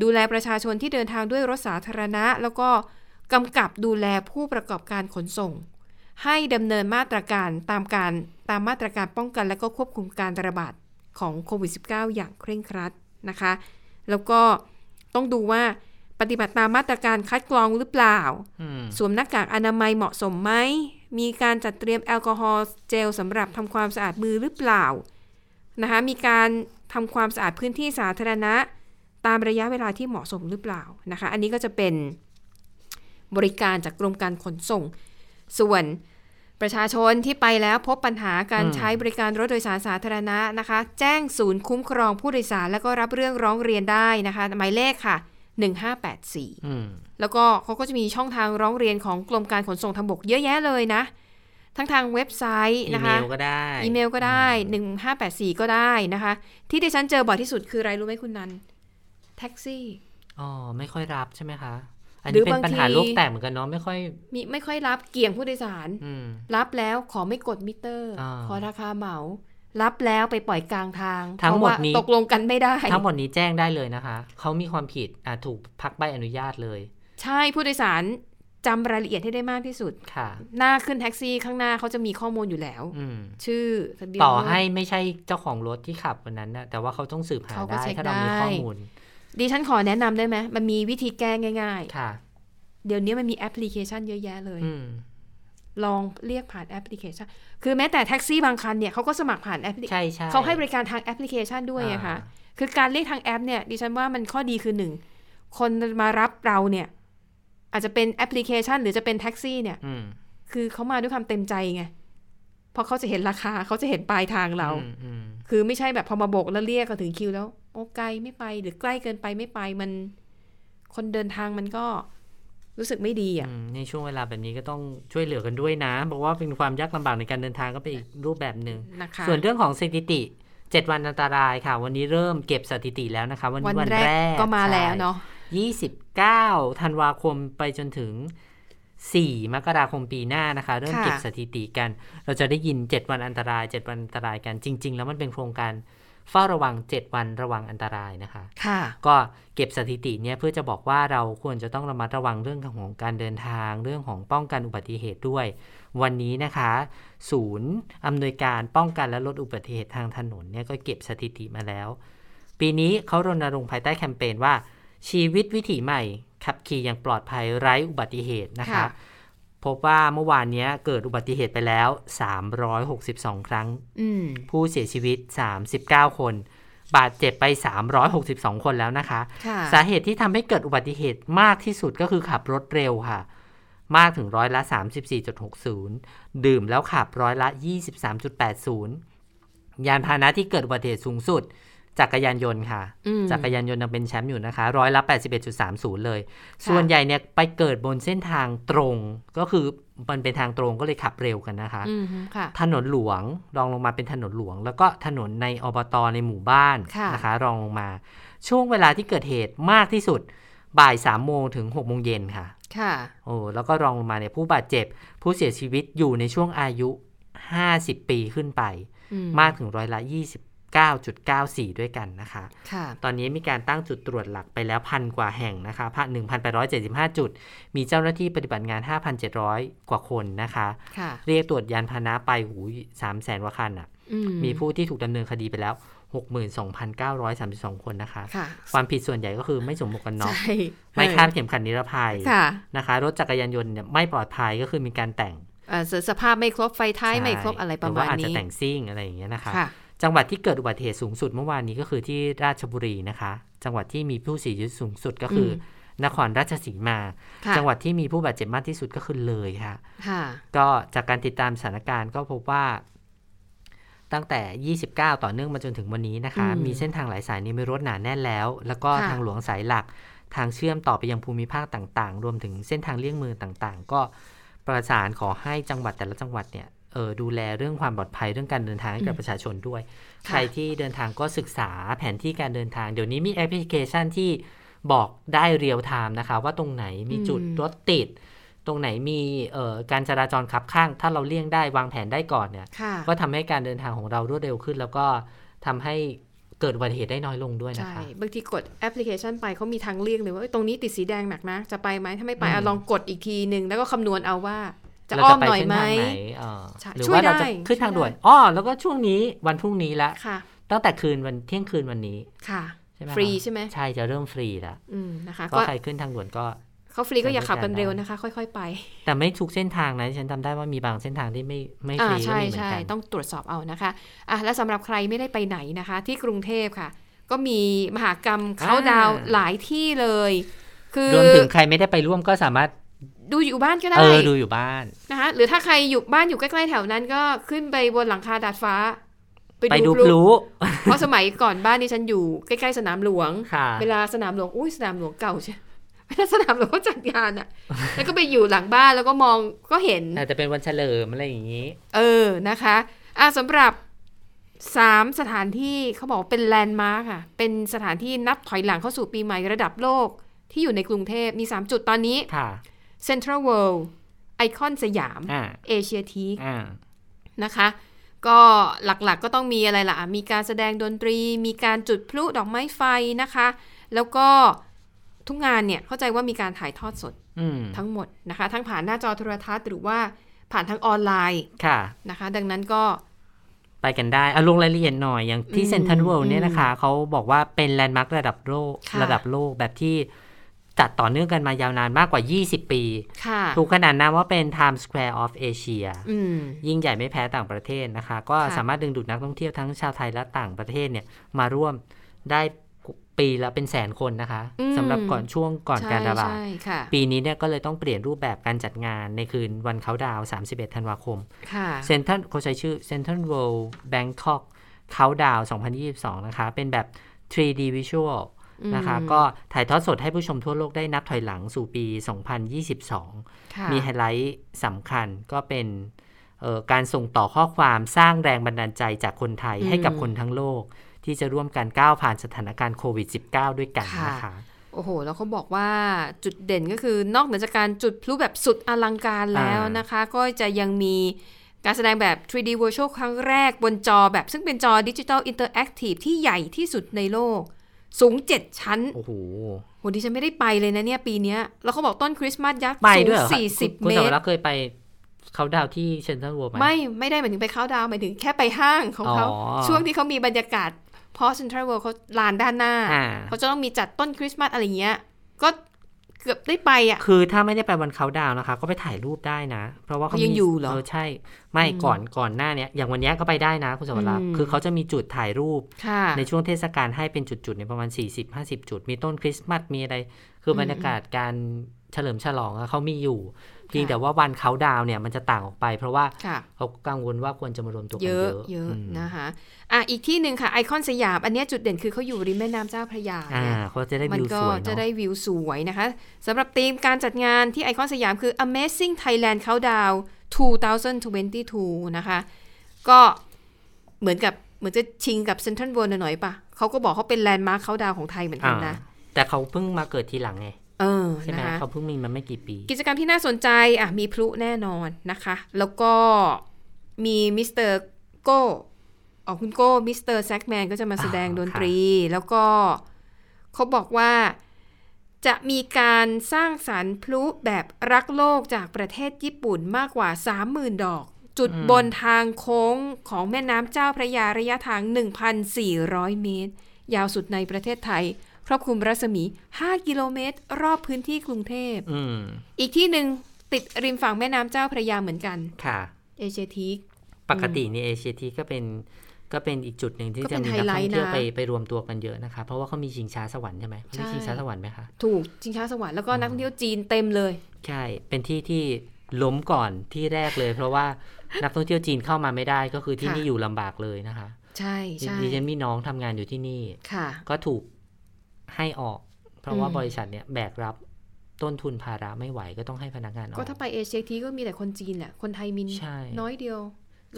ดูแลประชาชนที่เดินทางด้วยรถสาธารณะ แล้วก็กำกับดูแลผู้ประกอบการขนส่ง ให้ดำเนินมาตรการตามการตามมาตรการป้องกัน และก็ควบคุมการระบาดของโควิด -19 อย่างเคร่งครัดนะคะ แล้วก็ต้องดูว่าปฏิบัติตามมาตรการคัดกรองหรือเปล่า อืม สวมหน้ากากอนามัยเหมาะสมไหม มีการจัดเตรียมแอลกอฮอล์เจลสำหรับทำความสะอาดมือหรือเปล่า นะคะ มีการทำความสะอาดพื้นที่สาธารณะ ตามระยะเวลาที่เหมาะสมหรือเปล่านะคะ อันนี้ก็จะเป็นบริการจากกรมการขนส่ง ส่วนประชาชนที่ไปแล้วพบปัญหาการ อืม ใช้บริการรถโดยสารสาธารณะนะคะ แจ้งศูนย์คุ้มครองผู้โดยสารแล้วก็รับเรื่องร้องเรียนได้นะคะ หมายเลขค่ะ 1584 อืม แล้วก็เขาก็จะมีช่องทางร้องเรียนของกรมการขนส่งทางบกเยอะแยะเลยนะ ทั้งทางเว็บไซต์ อี นะ เม คะ ลก็ได้ อีเมลก็ได้ 1584 ก็ได้นะคะ ที่ดิฉันเจอบ่อยที่สุดคืออะไรรู้ไหมคุณนันแท็กซี่ อ๋อ ไม่ค่อยรับใช่ไหมคะ อัน หรื นี้ อ เป็นปัญหา บางที โลกแตกเหมือนกันเนาะไม่ค่อย มีไม่ค่อยรับเกี่ยงผู้โดยสาร อืม รับแล้วขอไม่กดมิเตอร์ อ่า ขอราคาเหมา รับแล้วไปปล่อยกลางทาง ทั้ง เพราะหว่ามดนี้ ตกลงกันไม่ได้ ทั้งหมดนี้แจ้งได้เลยนะคะ เขามีความผิดอ่ะถูกพักใบอนุญาตเลย ใช่ผู้โดยสารจำรายละเอียดให้ได้มากที่สุด ค่ะ หน้าขึ้นแท็กซี่ข้างหน้าเขาจะมีข้อมูลอยู่แล้ว อืม ชื่อทะเบียน ต่อ รถ ให้ไม่ใช่เจ้าของรถที่ขับวันนั้นนะแต่ว่าเขาต้องสืบหา เขาก็ ได้ เช็ค ถ้าเรามี ได้ ข้อมูล ดิฉันขอแนะนำได้ไหม มันมีวิธีแก้ง่าย ค่ะ ๆ เดี๋ยวนี้มันมีแอปพลิเคชันเยอะแยะเลย อืม ลองเรียกผ่านแอปพลิเคชัน คือแม้แต่แท็กซี่บางคันเนี่ยเขาก็สมัครผ่านแอปพลิ ใช่ใช่ เขาให้บริการทางแอปพลิเคชันด้วยอะค่ะ อ่ คือการเรียกทางแอปเนี่ย ดิฉันว่ามันข้อดีคือหนึ่ง คนมารับเราเนี่ย อาจจะเป็นแอปพลิเคชัน หรือจะเป็นแท็กซี่เนี่ย อืม คือเขามาด้วยความเต็มใจไง เพราะเขาจะเห็นราคา เขาจะเห็นปลายทางเรา อืมอืม คือไม่ใช่แบบพอมาโบกแล้วเรียกก็ถึงคิวแล้ว โอ้ไกลไม่ไปหรือใกล้เกินไปไม่ไปมัน คนเดินทางมันก็รู้สึกไม่ดีอ่ะ อืมในช่วงเวลาแบบนี้ก็ต้องช่วยเหลือกันด้วยนะ เพราะว่าเป็นความยากลำบากในการเดินทางก็เป็นอีกรูปแบบหนึ่ง นะคะ ส่วนเรื่องของสถิติ 7 วันอันตรายค่ะ วันนี้เริ่มเก็บสถิติแล้วนะคะ วันนี้ วั วัน น แร แร ก ก ก็มาแล้วเนาะ 29ธันวาคมไปจนถึง 4 มกราคมปีหน้านะคะ เริ่ม ค่ะ เก็บสถิติกัน เราจะได้ยิน 7 วันอันตราย 7 วันอันตรายกันจริง ๆ แล้วมันเป็นโครงการเฝ้าระวัง 7 วันระวังอันตรายนะคะ ค่ะ ก็เก็บสถิติเนี่ยเพื่อจะบอกว่าเราควรจะต้องระมัดระวังเรื่องของการเดินทาง เรื่องของป้องกันอุบัติเหตุด้วย วันนี้นะคะ ศูนย์อำนวยการป้องกันและลดอุบัติเหตุทางถนนเนี่ยก็เก็บสถิติมาแล้ว ปีนี้เขารณรงค์ภายใต้แคมเปญว่า ชีวิตวิถีใหม่ ขับขี่อย่างปลอดภัยไร้อุบัติเหตุนะคะ ค่ะ พบว่าเมื่อวานเนี้ยเกิดอุบัติเหตุไปแล้ว 362 ครั้ง อืม ผู้เสียชีวิต 39 คน บาดเจ็บไป 362 คนแล้วนะคะ ค่ะ สาเหตุที่ทำให้เกิดอุบัติเหตุมากที่สุดก็คือขับรถเร็วค่ะ มากถึงร้อยละ 34.60 ดื่มแล้วขับร้อยละ 23.80 ยานพาหนะที่เกิดอุบัติเหตุสูงสุด จักรยานยนต์ค่ะ อืม จักรยานยนต์ยังเป็นแชมป์อยู่นะคะ ร้อยละ 81.30 เลย ส่วนใหญ่เนี่ยไปเกิดบนเส้นทางตรง ก็คือมันเป็นทางตรงก็เลยขับเร็วกันนะคะ อืมค่ะ ถนนหลวงรองลงมาเป็นถนนหลวง แล้วก็ถนนในอบตในหมู่บ้าน ค่ะ นะคะ รองลงมา ช่วงเวลาที่เกิดเหตุมากที่สุด บ่าย3ามโมงถึง6กโมงเย็นค่ะ ค่ะ โอ้แล้วก็รองลงมาเนี่ยผู้บาดเจ็บ ผู้เสียชีวิตอยู่ในช่วงอายุ 50 ปีขึ้นไป อืม มากถึงร้อยละ 29.94 ด้วยกันนะคะ ค่ะ ตอนนี้มีการตั้งจุดตรวจหลักไปแล้วพันกว่าแห่งนะคะพันหนึ่งพันแปดร้อยเจ็ดสิบห้าจุด มีเจ้าหน้าที่ปฏิบัติงาน 5,700 กว่าคนนะคะ ค่ะ เรียกตรวจยานพาหนะไปหูสามแสนกว่าคันอ่ะ อืม มีผู้ที่ถูกดำเนินคดีไปแล้ว 62,932 คนนะคะ ค่ะ ความผิดส่วนใหญ่ก็คือไม่สวมหมวกกันน็อก ใช่ ไม่คาดเข็มขัดนิรภัย ค่ะ นะคะ รถจักรยานยนต์เนี่ยไม่ปลอดภัยก็คือมีการแต่ง เอ่อสภาพไม่ครบไฟท้ายไม่ครบอะไรประมาณ หอว่อาจจะ นี้ แต่งซิ่งอะไรอย่างเงี้ยนะคะ ค่ะ จังหวัดที่เกิดอุบัติเหตุสูงสุดเมื่อวานนี้ก็คือที่ราชบุรีนะคะ จังหวัดที่มีผู้เสียชีวิตสูงสุดก็คืออนครราชสีมา ค่ะ จังหวัดที่มีผู้บาดเจ็บมากที่สุดก็คือเลยค่ะ ค่ะ ก็จากการติดตามสถานการณ์ก็พบว่า ตั้งแต่ 29 ต่อเนื่องมาจนถึงวันนี้นะคะ อืม มีเส้นทางหลายสายนี้มีรถหนาแน่นแล้ว แล้วก็ ค่ะ ทางหลวงสายหลัก ทางเชื่อมต่อไปยังภูมิภาคต่างๆ รวมถึงเส้นทางเลี่ยงเมืองต่างๆ ก็ประสานขอให้จังหวัดแต่ละจังหวัดเนี่ยเออดูแลเรื่องความปลอดภัยเรื่องการเดินทางให้กับ อืม ประชาชนด้วย ใครที่เดินทางก็ศึกษาแผนที่การเดินทาง เดี๋ยวนี้มีแอปพลิเคชันที่บอกได้เรียลไทม์นะคะ ว่าตรงไหนมีจุด อืม รถติด ตรงไหนมีเอ่อการจราจรขับข้าง ถ้าเราเลี่ยงได้วางแผนได้ก่อนเนี่ย ค่ะ ก็ทำให้การเดินทางของเรารวดเร็วขึ้น แล้วก็ทำให้เกิดอุบัติเหตุได้น้อยลงด้วยนะ ใช่ คะ บางทีกดแอปพลิเคชันไปเขามีทางเลี่ยงเลยว่าเอ้ยตรงนี้ติดสีแดงหนักนะ จะไปไหมถ้าไม่ไป อืม อ่ะลองกดอีกทีหนึ่งแล้วก็คำนวณเอาว่า จะ เรา อ้อ จะ ม ไป หน่อย เส้น ไหม ทางไหนเอ่อ ใช่ หรือ ช่วย ว่าเราจะ ได้ ขึ้นทาง ช่วยได้ ด่วนอ้อแล้วก็ช่วงนี้วันพรุ่งนี้ละ ค่ะ ตั้งแต่คืนวันเที่ยงคืนวันนี้ ค่ะ ใช่ไหม ฟรี คะ ใช่ไหม ใช่จะเริ่มฟรีละ อืมนะคะ ก็ ก็ ใครขึ้นทางด่วนก็ เขาฟรีก็อย่าขับกัน ใช้ได้ เร็วนะคะ ค่อย ๆ ไป แต่ไม่ทุกเส้นทางนะฉันจำได้ว่ามีบางเส้นทางที่ไม่ไม่ฟ อ่า รีก็ ใช่ มีเหมือน ใช่ กัน ต้องตรวจสอบเอานะคะอ่ะและสำหรับใครไม่ได้ไปไหนนะคะ ที่กรุงเทพค่ะ ก็มีมหากรรมเขาดาวน์หลายที่เลย คือ รวมถึงใครไม่ได้ไปร่วมก็สามารถ ดูอยู่บ้านก็ได้ เออดูอยู่บ้าน นะคะหรือถ้าใครอยู่บ้านอยู่ใกล้ ๆ แถวนั้นก็ขึ้นไปบนหลังคาดาดฟ้า ไปดูพลุ เพราะสมัยก่อนบ้านนี่ฉันอยู่ใกล้ ๆ สนามหลวง ค่ะ เวลาสนามหลวงอุ้ยสนามหลวงเก่า *laughs* ใช่เวลาสนามหลวงเขาจัดงานอะแล้วก็ไปอยู่หลังบ้านแล้วก็มองก็เห็น อาจจะเป็นวันเฉลิมอะไรอย่างนี้ เออ นะคะอ่ะสำหรับสามสถานที่เขาบอกว่าเป็นแลนด์มาร์คอะเป็นสถานที่นับถอยหลังเข้าสู่ปีใหม่ระดับโลก ที่อยู่ในกรุงเทพมี 3 จุดตอนนี้ ค่ะ Central World ไอคอนสยาม อ่า เอเชียที อ่า นะคะ ก็หลักๆก็ต้องมีอะไรล่ะอ่ะ มีการแสดงดนตรี มีการจุดพลุดอกไม้ไฟนะคะ แล้วก็ทุกงานเนี่ยเข้าใจว่ามีการถ่ายทอดสด อืม ทั้งหมดนะคะ ทั้งผ่านหน้าจอโทรทัศน์หรือว่าผ่านทางออนไลน์ ค่ะ นะคะ ดังนั้นก็ ไปกันได้อ่ะลงรายละเอียดหน่อยอย่างที่ อืม เซ็นทรัลเวิล อืม ด์เนี่ยนะคะ เขาบอกว่าเป็นแลนด์มาร์คระดับโลก ค่ะ ระดับโลกแบบที่จัดต่อเนื่องกันมายาวนานมากกว่า 20 ปี ค่ะ ถูกขนานนามว่าเป็น Times Square of Asia อืม ยิ่งใหญ่ไม่แพ้ต่างประเทศนะคะ ก็ ค่ะ สามารถดึงดูดนักท่องเที่ยวทั้งชาวไทยและต่างประเทศเนี่ยมาร่วมได้ปีละเป็นแสนคนนะคะ อืม สำหรับก่อนช่วงก่อนการระบาด ใช่ใช่ค่ะ ปีนี้เนี่ยก็เลยต้องเปลี่ยนรูปแบบการจัดงานในคืนวันเขาดาวน์31 ธันวาคม ค่ะ เซ็นทรัลเขาใช้ชื่อ Central World Bangkok Countdown 2022 นะคะ เป็นแบบ 3D Visual อืม นะคะ ก็ถ่ายทอดสดให้ผู้ชมทั่วโลกได้นับถอยหลังสู่ปี 2022 มีไฮไลท์สำคัญก็เป็นเอ่อการส่งต่อข้อความสร้างแรงบันดาลใจจากคนไทย อืม ให้กับคนทั้งโลก ที่จะร่วมกันก้าวผ่านสถานการณ์โควิด -19 ด้วยกันนะคะ โอ้โห แล้วเขาบอกว่าจุดเด่นก็คือนอกเหนือจากการจุดพลุแบบสุดอลังการแล้ว อ่าน นะคะ ก็จะยังมีการแสดงแบบ 3D Virtual ครั้งแรกบนจอแบบ ซึ่งเป็นจอดิจิ t a ลอินเตอร์แอคทีฟที่ใหญ่ที่สุดในโลก สูง 7 ชั้น โอ้โห โหดิฉันไม่ได้ไปเลยนะเนี่ยปีเนี้ยแล้วเขาบอกต้นคริสต์มาสยักษ์ ไป สูง ด้วยเหรอคะ สี่ คุ สิ ณ บ คุณ เม สาว ต รั ร กษ์เคยไปเขาดาวน์ที่เซ็นทรัลเวิลด์ไหม ไม่ไม่ได้หมายถึงไปเข้าดาวน์หมายถึงแค่ไปห้างของเขา อ๋อ ช่วงที่เขามีบรรยากาศเพราะเซ็นทรัลเวิลด์เขาลานด้านหน้า อ่า เขาจะต้องมีจัดต้นคริสต์มาสอะไรเงี้ย ก็เกือบได้ไปอ่ะ คือถ้าไม่ได้ไปวันเขาดาวน์นะคะ ก็ไปถ่ายรูปได้นะ เพราะว่าเขา เขายั ยัง อยู่เหรอ ใช่ ไม่ อืม ก่อนก่อนหน้าเนี้ยอย่างวันเนี้ยก็ไปได้นะคุณสวรรค์ อืม คือเขาจะมีจุดถ่ายรูป ค่ะ ในช่วงเทศกาลให้เป็นจุดๆในยประมาณ 40-50 จุด มีต้นคริสต์มาสมีอะไร คืออ ม บรรยากาศการเฉลิมฉลองอะเขามีอยู่เพียงแต่ว่าวันเขาดาวน์เนี่ยมันจะต่างออกไป เพราะว่า ค่ะ เขากังวลว่าควรจะมารวมตัวกัน เย เย อะ อะ เยอะ อืม นะคะอ่ะอีกที่หนึ่งค่ะไอคอนสยาม อันเนี้ยจุดเด่นคือเขาอยู่ริมแม่น้ำเจ้าพระยา อ่า เนี่ย เขาจะได้ มั วิว ก็ สวย จะ เนาะ ได้วิวสวยนะคะสำหรับธีมการจัดงานที่ไอคอนสยามคือ Amazing Thailand Countdown 2022 นะคะ ก็เหมือนกับเหมือนจะชิงกับเซนทรัลเวิลด์หน่อยๆป่ะเขาก็บอกเขาเป็นแลนด์มาร์คเขาดาวของไทยเหมือนกันนะ อ่าแต่เขาเพิ่งมาเกิดทีหลังไง เออ ใช่ไหม นะคะ เขาเพิ่งมีมาไม่กี่ปี กิจกรรมที่น่าสนใจอ่ะมีพลุแน่นอนนะคะ แล้วก็มีมิสเตอร์โก้ออกคุณโก้มิสเตอร์แซกแมนก็จะมาแสดงดนตรี แล้วก็เขาบอกว่าจะมีการสร้างสารรค์พลุแบบรักโลกจากประเทศญี่ปุ่นมากกว่า 30,000 ดอก จุด อืม บนทางโค้งของแม่น้ำเจ้าพระยาระยะทาง 1,400 เมตร ยาวสุดในประเทศไทย ครอบคลุมรัศมี 5 กิโลเมตร รอบพื้นที่กรุงเทพ อืม อีกที่หนึ่ง ติดริมฝั่งแม่น้ำเจ้าพระยาเหมือนกัน ค่ะ เอเชียทีค ปกติในเอเชียทีก็เป็นก็เป็นอีกจุดหนึ่งที่ ก็เป็ จะ น มีนักท่องเที่ยว ไฮไลท์นะ ไปไปรวมตัวกันเยอะนะคะ เพราะว่าเขามีชิงช้าสวรรค์ใช่ไหมเขามี ใช่ ชิงช้าสวรรค์ไหมคะ ถูกชิงช้าสวรรค์แล้วก็นักท่องเที่ยวจีนเต็มเลย ใช่ เป็นที่ที่ล้มก่อนที่แรกเลย เพราะว่านักท่องเที่ยวจีนเข้ามาไม่ได้ก็คือที่ ค่ะ นี่อยู่ลำบากเลยนะคะ ใช่ใช่ ดิฉันมีน้องทำงานอยู่ที่นี่ ค่ะ ก็ถูกให้ออก เพราะว่า อืม บริษัทเนี่ยแบกรับต้นทุนภาระไม่ไหวก็ต้องให้พนักงานออ ก็ ก ถ้าไปเอเชียทีคก็มีแต่คนจีนแหละ คนไทยมิน ใช่ น้อยเดียว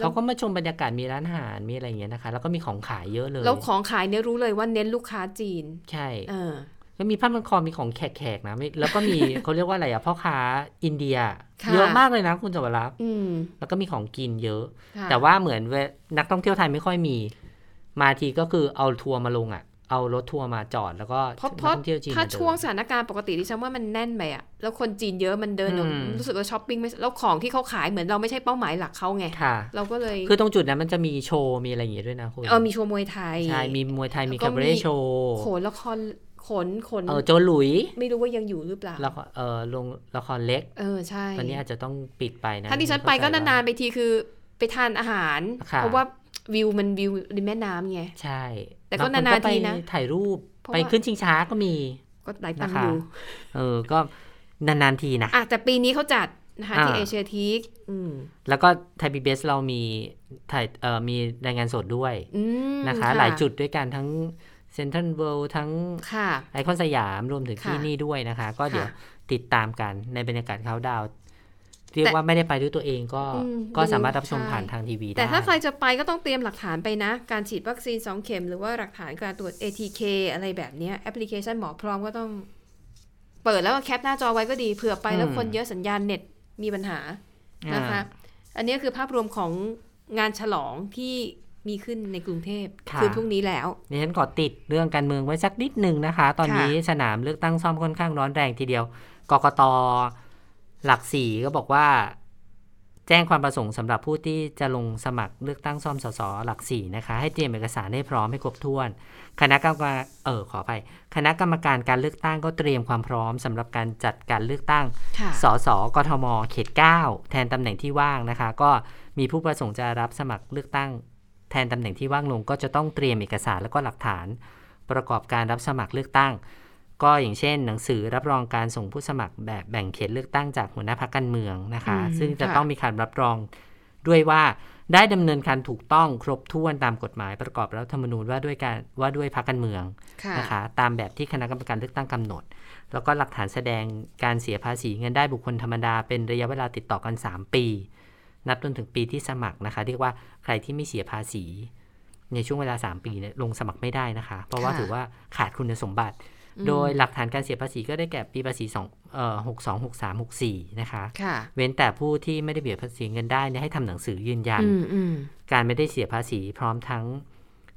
เขาก็มาชมบรรยากาศมีร้านอาหารมีอะไรอย่างเงี้ยนะคะ แล้วก็มีของขายเยอะเลย แล้วของขายเนี่ยรู้เลยว่าเน้นลูกค้าจีน ใช่ เออ แล้วมีผ้าพันคอมีของแขกๆนะไม่แล้วก็มี เขาเรียกว่าอะไรอะพ่อค้าอินเดีย ค่ะ เยอะมากเลยนะคุณจวรักษ์ อืม แล้วก็มีของกินเยอะ ค่ะ แต่ว่าเหมือนเวนักท่องเที่ยวไทยไม่ค่อยมี มาทีก็คือเอาทัวร์มาลงอะเอารถทัวร์มาจอดแล้วก็ เพราะเพ นั ราะ กท่องเที่ยวจีน ถ้า มาเดิน ช่วงสถานการณ์ปกติดิฉันว่ามันแน่นไปอะแล้วคนจีนเยอะมันเดิน อืม รู้สึกว่าช้อปปิ้งไม่แล้วของที่เขาขายเหมือนเราไม่ใช่เป้าหมายหลักเขาไง ค่ะ เราก็เลย คือตรงจุดนั้นมันจะมีโชว์มีอะไรอย่างงี้ด้วยนะคุณ เออมีโชว์มวยไทย ใช่มีมวยไทยมี แล้วก็ คาเบเร่ มี โชว์ โขนละครขนขน เออโจหลุย ไม่รู้ว่ายังอยู่หรือเปล่า ละครเออลงละครเล็ก เออใช่ ตอนนี้อาจจะต้องปิดไปนะ ถ้าดิฉันไปก็ เข้ใจว่ นานๆไปทีคือไปทานอาหาร ค่ะ เพราะว่าวิวมันวิวริมแม่น้ำไง ใช่ แต่ก็ บงค นา ก็ นๆ ไป ทีนะ ถ่ายรูป เพราะ ไป ว่า ขึ้นชิงช้าก็มี ก็หลายตั นะ งค์ คะ อยู่ เออก็นานๆทีนะ อ่ะแต่ปีนี้เขาจัดนะคะที่ อ่า เอเชียทีคอืม แล้วก็ไทยพีบีเอสเรามีถ่ายเอ่อมีรายงานสดด้วย อืม นะคะ ค่ะ หลายจุดด้วยกันทั้งเซ็นทรัลเวิลด์ทั้ง ค่ะ ไอคอนสยามรวมถึงที่ ค่ะ นี่ด้วยนะคะ ก็เดี๋ยว ค่ะ ติดตามกันในบรรยากาศเขาดาวน์เรียกว่าไม่ได้ไปด้วยตัวเองก็ อืม ก็ ดู สามารถรับชม ใช่ ผ่านทางทีวี แต่ ได้ ถ้าใครจะไปก็ต้องเตรียมหลักฐานไปนะ การฉีดวัคซีน 2 เข็มหรือว่าหลักฐานการตรวจ ATK อะไรแบบเนี้ยแอปพลิเคชันหมอพร้อมก็ต้อง เปิดแล้วก็แคปหน้าจอไว้ก็ดีเผื่อไปแล้ว อืม คนเยอะสัญญาณเน็ตมีปัญหา อ่าน นะคะ อันนี้คือภาพรวมของงานฉลองที่มีขึ้นในกรุงเทพนพรุ่งนี้แล้ว ดิฉันก่อติดเรื่องการเมืองไว้สักนิดหนึ่งนะคะ ตอน ค่ะ นี้สนามเลือกตั้งซ่อมค่อนข้างร้อนแรงทีเดียว กกตหลักสี่ก็บอกว่า แจ้งความประสงค์สำหรับผู้ที่จะลงสมัครเลือกตั้งซ่อมสสหลักสี่นะคะ ให้เตรียมเอกสารให้พร้อมให้ครบถ้วน คณะกรรมการเออขอไป คณะกรรมการการเลือกตั้งก็เตรียมความพร้อมสำหรับการจัดการเลือกตั้ง ค่ะ สสกทม เขต 9 แทนตำแหน่งที่ว่างนะคะ ก็มีผู้ประสงค์จะรับสมัครเลือกตั้ง แทนตำแหน่งที่ว่างลง ก็จะต้องเตรียมเอกสารแล้วก็หลักฐาน ประกอบการรับสมัครเลือกตั้ง ก็อย่างเช่น หนังสือรับรองการส่งผู้สมัครแบบแบ่งเขตเลือกตั้งจากหัวหน้าพักการเมืองนะคะ อืม ซึ่งจะ ค่ะ ต้องมีการรับรองด้วยว่าได้ดำเนินการถูกต้องครบถ้วนตามกฎหมายประกอบรัฐธรรมนูญว่าด้วยการว่าด้วยพักการเมือง ค่ะ นะคะตามแบบที่คณะกรรมการเลือกตั้งกำหนด แล้วก็หลักฐานแสดงการเสียภาษีเงินได้บุคคลธรรมดา เป็นระยะเวลาติดต่อกัน 3 ปี นับจนถึงปีที่สมัครนะคะ เรียกว่าใครที่ไม่เสียภาษี ในช่วงเวลา 3 ปีเนี่ยลงสมัครไม่ได้นะคะ เพราะว่า ค่ะ ถือว่าขาดคุณสมบัติ อืม โดยหลักฐานการเสียภาษีก็ได้แก่ปีภาษีสองเอ่อหกสองหกสามหกสี่นะคะ ค่ะ เว้นแต่ผู้ที่ไม่ได้เบียดภาษีเงินได้เนี่ยให้ทำหนังสือยืนยัน อืมอืม การไม่ได้เสียภาษีพร้อมทั้ง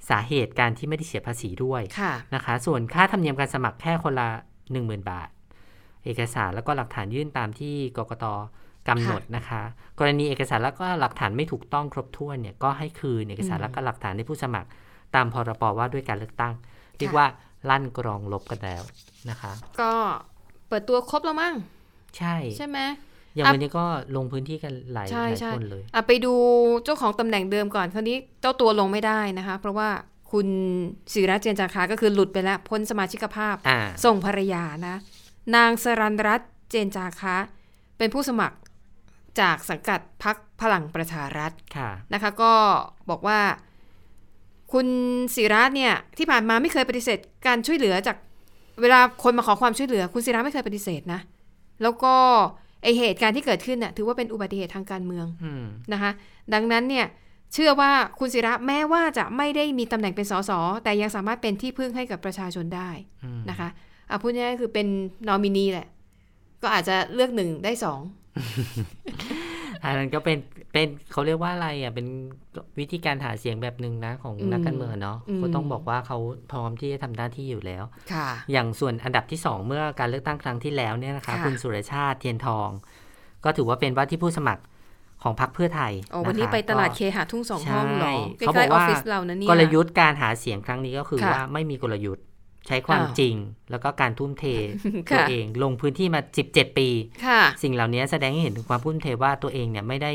สาเหตุการที่ไม่ได้เสียภาษีด้วย ค่ะ นะคะ ส่วนค่าธรรมเนียมการสมัครแค่คนละ 10,000 บาท เอกสารแล้วก็หลักฐานยื่นตามที่กกตกำหนดนะคะ กรณีเอกสารแล้วก็หลักฐานไม่ถูกต้องครบถ้วนเนี่ยก็ให้คืนเอกสาร อืม แล้วก็หลักฐานให้ผู้สมัคร ตามพรบว่าด้วยการเลือกตั้ง เรียก ค่ะ ว่าลั่นกรองลบกันแล้วนะคะ ก็เปิดตัวครบแล้วมั้ง ใช่ ใช่ไหม อย่าง อ่ะ วันนี้ก็ลงพื้นที่กันหลายห ใช่ ลาย ใช่ คนเลย อ่ะไปดูเจ้าของตำแหน่งเดิมก่อนคราวนี้เจ้าตัวลงไม่ได้นะคะ เพราะว่าคุณศิระเจนจาคาก็คือหลุดไปแล้วพ้นสมาชิกภาพ อ่า ส่งภรรยานะ นางสรันรัตน์เจนจาคะ เป็นผู้สมัครจากสังกัดพักพลังประชารัฐ ค่ะ นะคะก็บอกว่าคุณศิระเนี่ยที่ผ่านมาไม่เคยปฏิเสธการช่วยเหลือจากเวลาคนมาขอความช่วยเหลือ คุณศิระไม่เคยปฏิเสธนะ แล้วก็ไอเหตุการณ์ที่เกิดขึ้นน่ะถือว่าเป็นอุบัติเหตุทางการเมือง อืม นะคะ ดังนั้นเนี่ยเชื่อว่าคุณศิระแม้ว่าจะไม่ได้มีตำแหน่งเป็นสสแต่ยังสามารถเป็นที่พึ่งให้กับประชาชนได้ อืม นะคะอ่ะพูดง่ายๆคือเป็นนอมินีแหละ ก็อาจจะเลือกหนึ่งได้สอง อันนั้นก็เป็นเป็นเขาเรียกว่าอะไรอ่ะเป็นวิธีการหาเสียงแบบหนึ่งนะของ อืม นักการเมืองอะเนาะ อืม ก็ต้องบอกว่าเขาพร้อมที่จะทำหน้าที่อยู่แล้ว ค่ะ อย่างส่วนอันดับที่ 2 เมื่อการเลือกตั้งครั้งที่แล้วเนี่ยนะคะ ค่ะ คุณสุรชาติเทียนทอง ก็ถือว่าเป็นว่าที่ผู้สมัครของพรรคเพื่อไทย โอ้วันนี้ ะคะ ไปตลาด ก็ เคหะทุ่งสองห้องเหรอ ใช่ ใก เขาบ ล้ อก ๆออฟ ว่า ฟิศเรานะเนี่ย กลยุทธ์การหาเสียงครั้งนี้ก็คือ ค่ะ ว่าไม่มีกลยุทธ์ ใช้ความ อ้าว จริงแล้วก็การทุ่มเท ค่ะ ตัวเองลงพื้นที่มา 17 ปี ค่ะ สิ่งเหล่านี้แสดงให้เห็นถึงความทุ่มเทว่าตัวเองเนี่ยไม่ได้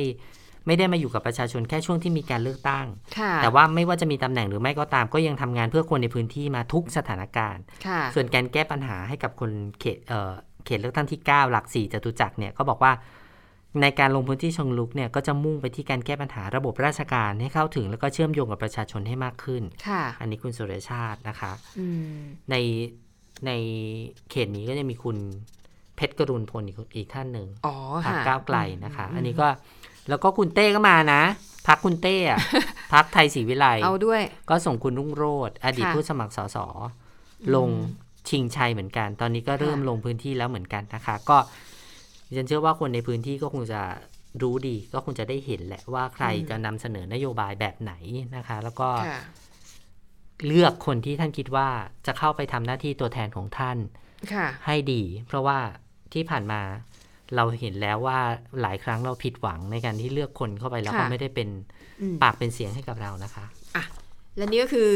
ไม่ได้มาอยู่กับประชาชนแค่ช่วงที่มีการเลือกตั้ง ค่ะ แต่ว่าไม่ว่าจะมีตำแหน่งหรือไม่ก็ตาม ก็ยังทำงานเพื่อคนในพื้นที่มาทุกสถานการณ์ ค่ะ ส่วนการแก้ปัญหาให้กับคนเขตเอ่อเขตเลือกตั้งที่ 9 หลัก 4จตุจักรเนี่ยก็บอกว่า ในการลงพื้นที่เชงลุกเนี่ยก็จะมุ่งไปที่การแก้ปัญหาระบบราชการให้เข้าถึง แล้วก็เชื่อมโยงกับประชาชนให้มากขึ้น ค่ะ อันนี้คุณสุรชาตินะคะ อืม ในในเขตนี้ก็จะมีคุณเพชรกรุณพลอีกอีกท่านหนึ่ง อ๋อ พรรค ค่ะ ก้าวไกลนะคะ อืม อันนี้ก็แล้วก็คุณเต้ก็มานะพักคุณเต้อะพักไทยศรีวิไลย์ เอาด้วย ก็ส่งคุณรุ่งโรธอดีต ค่ะ ผู้สมัครสส ม ลงชิงชัยเหมือนกัน ตอนนี้ก็เริ่ม ค่ะ ลงพื้นที่แล้วเหมือนกันนะคะ ก็ดิฉันเชื่อว่าคนในพื้นที่ก็คงจะรู้ดี ก็คงจะได้เห็นแหละว่าใครจะนำเสนอนโยบายแบบไหนนะคะ แล้วก็ ค่ะ เลือกคนที่ท่านคิดว่าจะเข้าไปทำหน้าที่ตัวแทนของท่าน ค่ะ ให้ดี เพราะว่าที่ผ่านมาเราเห็นแล้วว่าหลายครั้งเราผิดหวังในการที่เลือกคนเข้าไปแล้ว ค่ะ ก็ไม่ได้เป็น อืม ปากเป็นเสียงให้กับเรานะคะ และนี่ก็คือ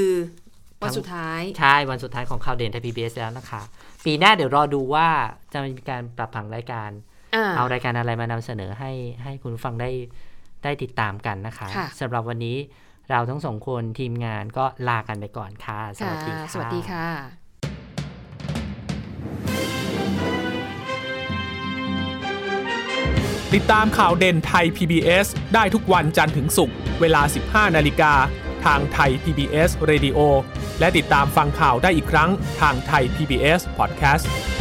วันสุดท้าย ใช่ วันสุดท้ายของข่าวเด่นไทยพีบีแล้วนะคะ ปีหน้าเดี๋ยวรอดูว่าจะมีการปรับผังรายการ อ่า เอารายการอะไรมานำเสนอให้ให้คุณผู้ฟังได้ได้ติดตามกันนะคะ ค่ะ สำหรับวันนี้เราทั้งสองคนทีมงานก็ลากันไปก่อนค่ะ สวัสดี ค่ะ ค่ะ สวัสดีค่ะ ติดตามข่าวเด่นไทย PBS ได้ทุกวันจันทร์ถึงศุกร์เวลา 15 นาฬิกา ทางไทย PBS Radio และติดตามฟังข่าวได้อีกครั้งทางไทย PBS Podcast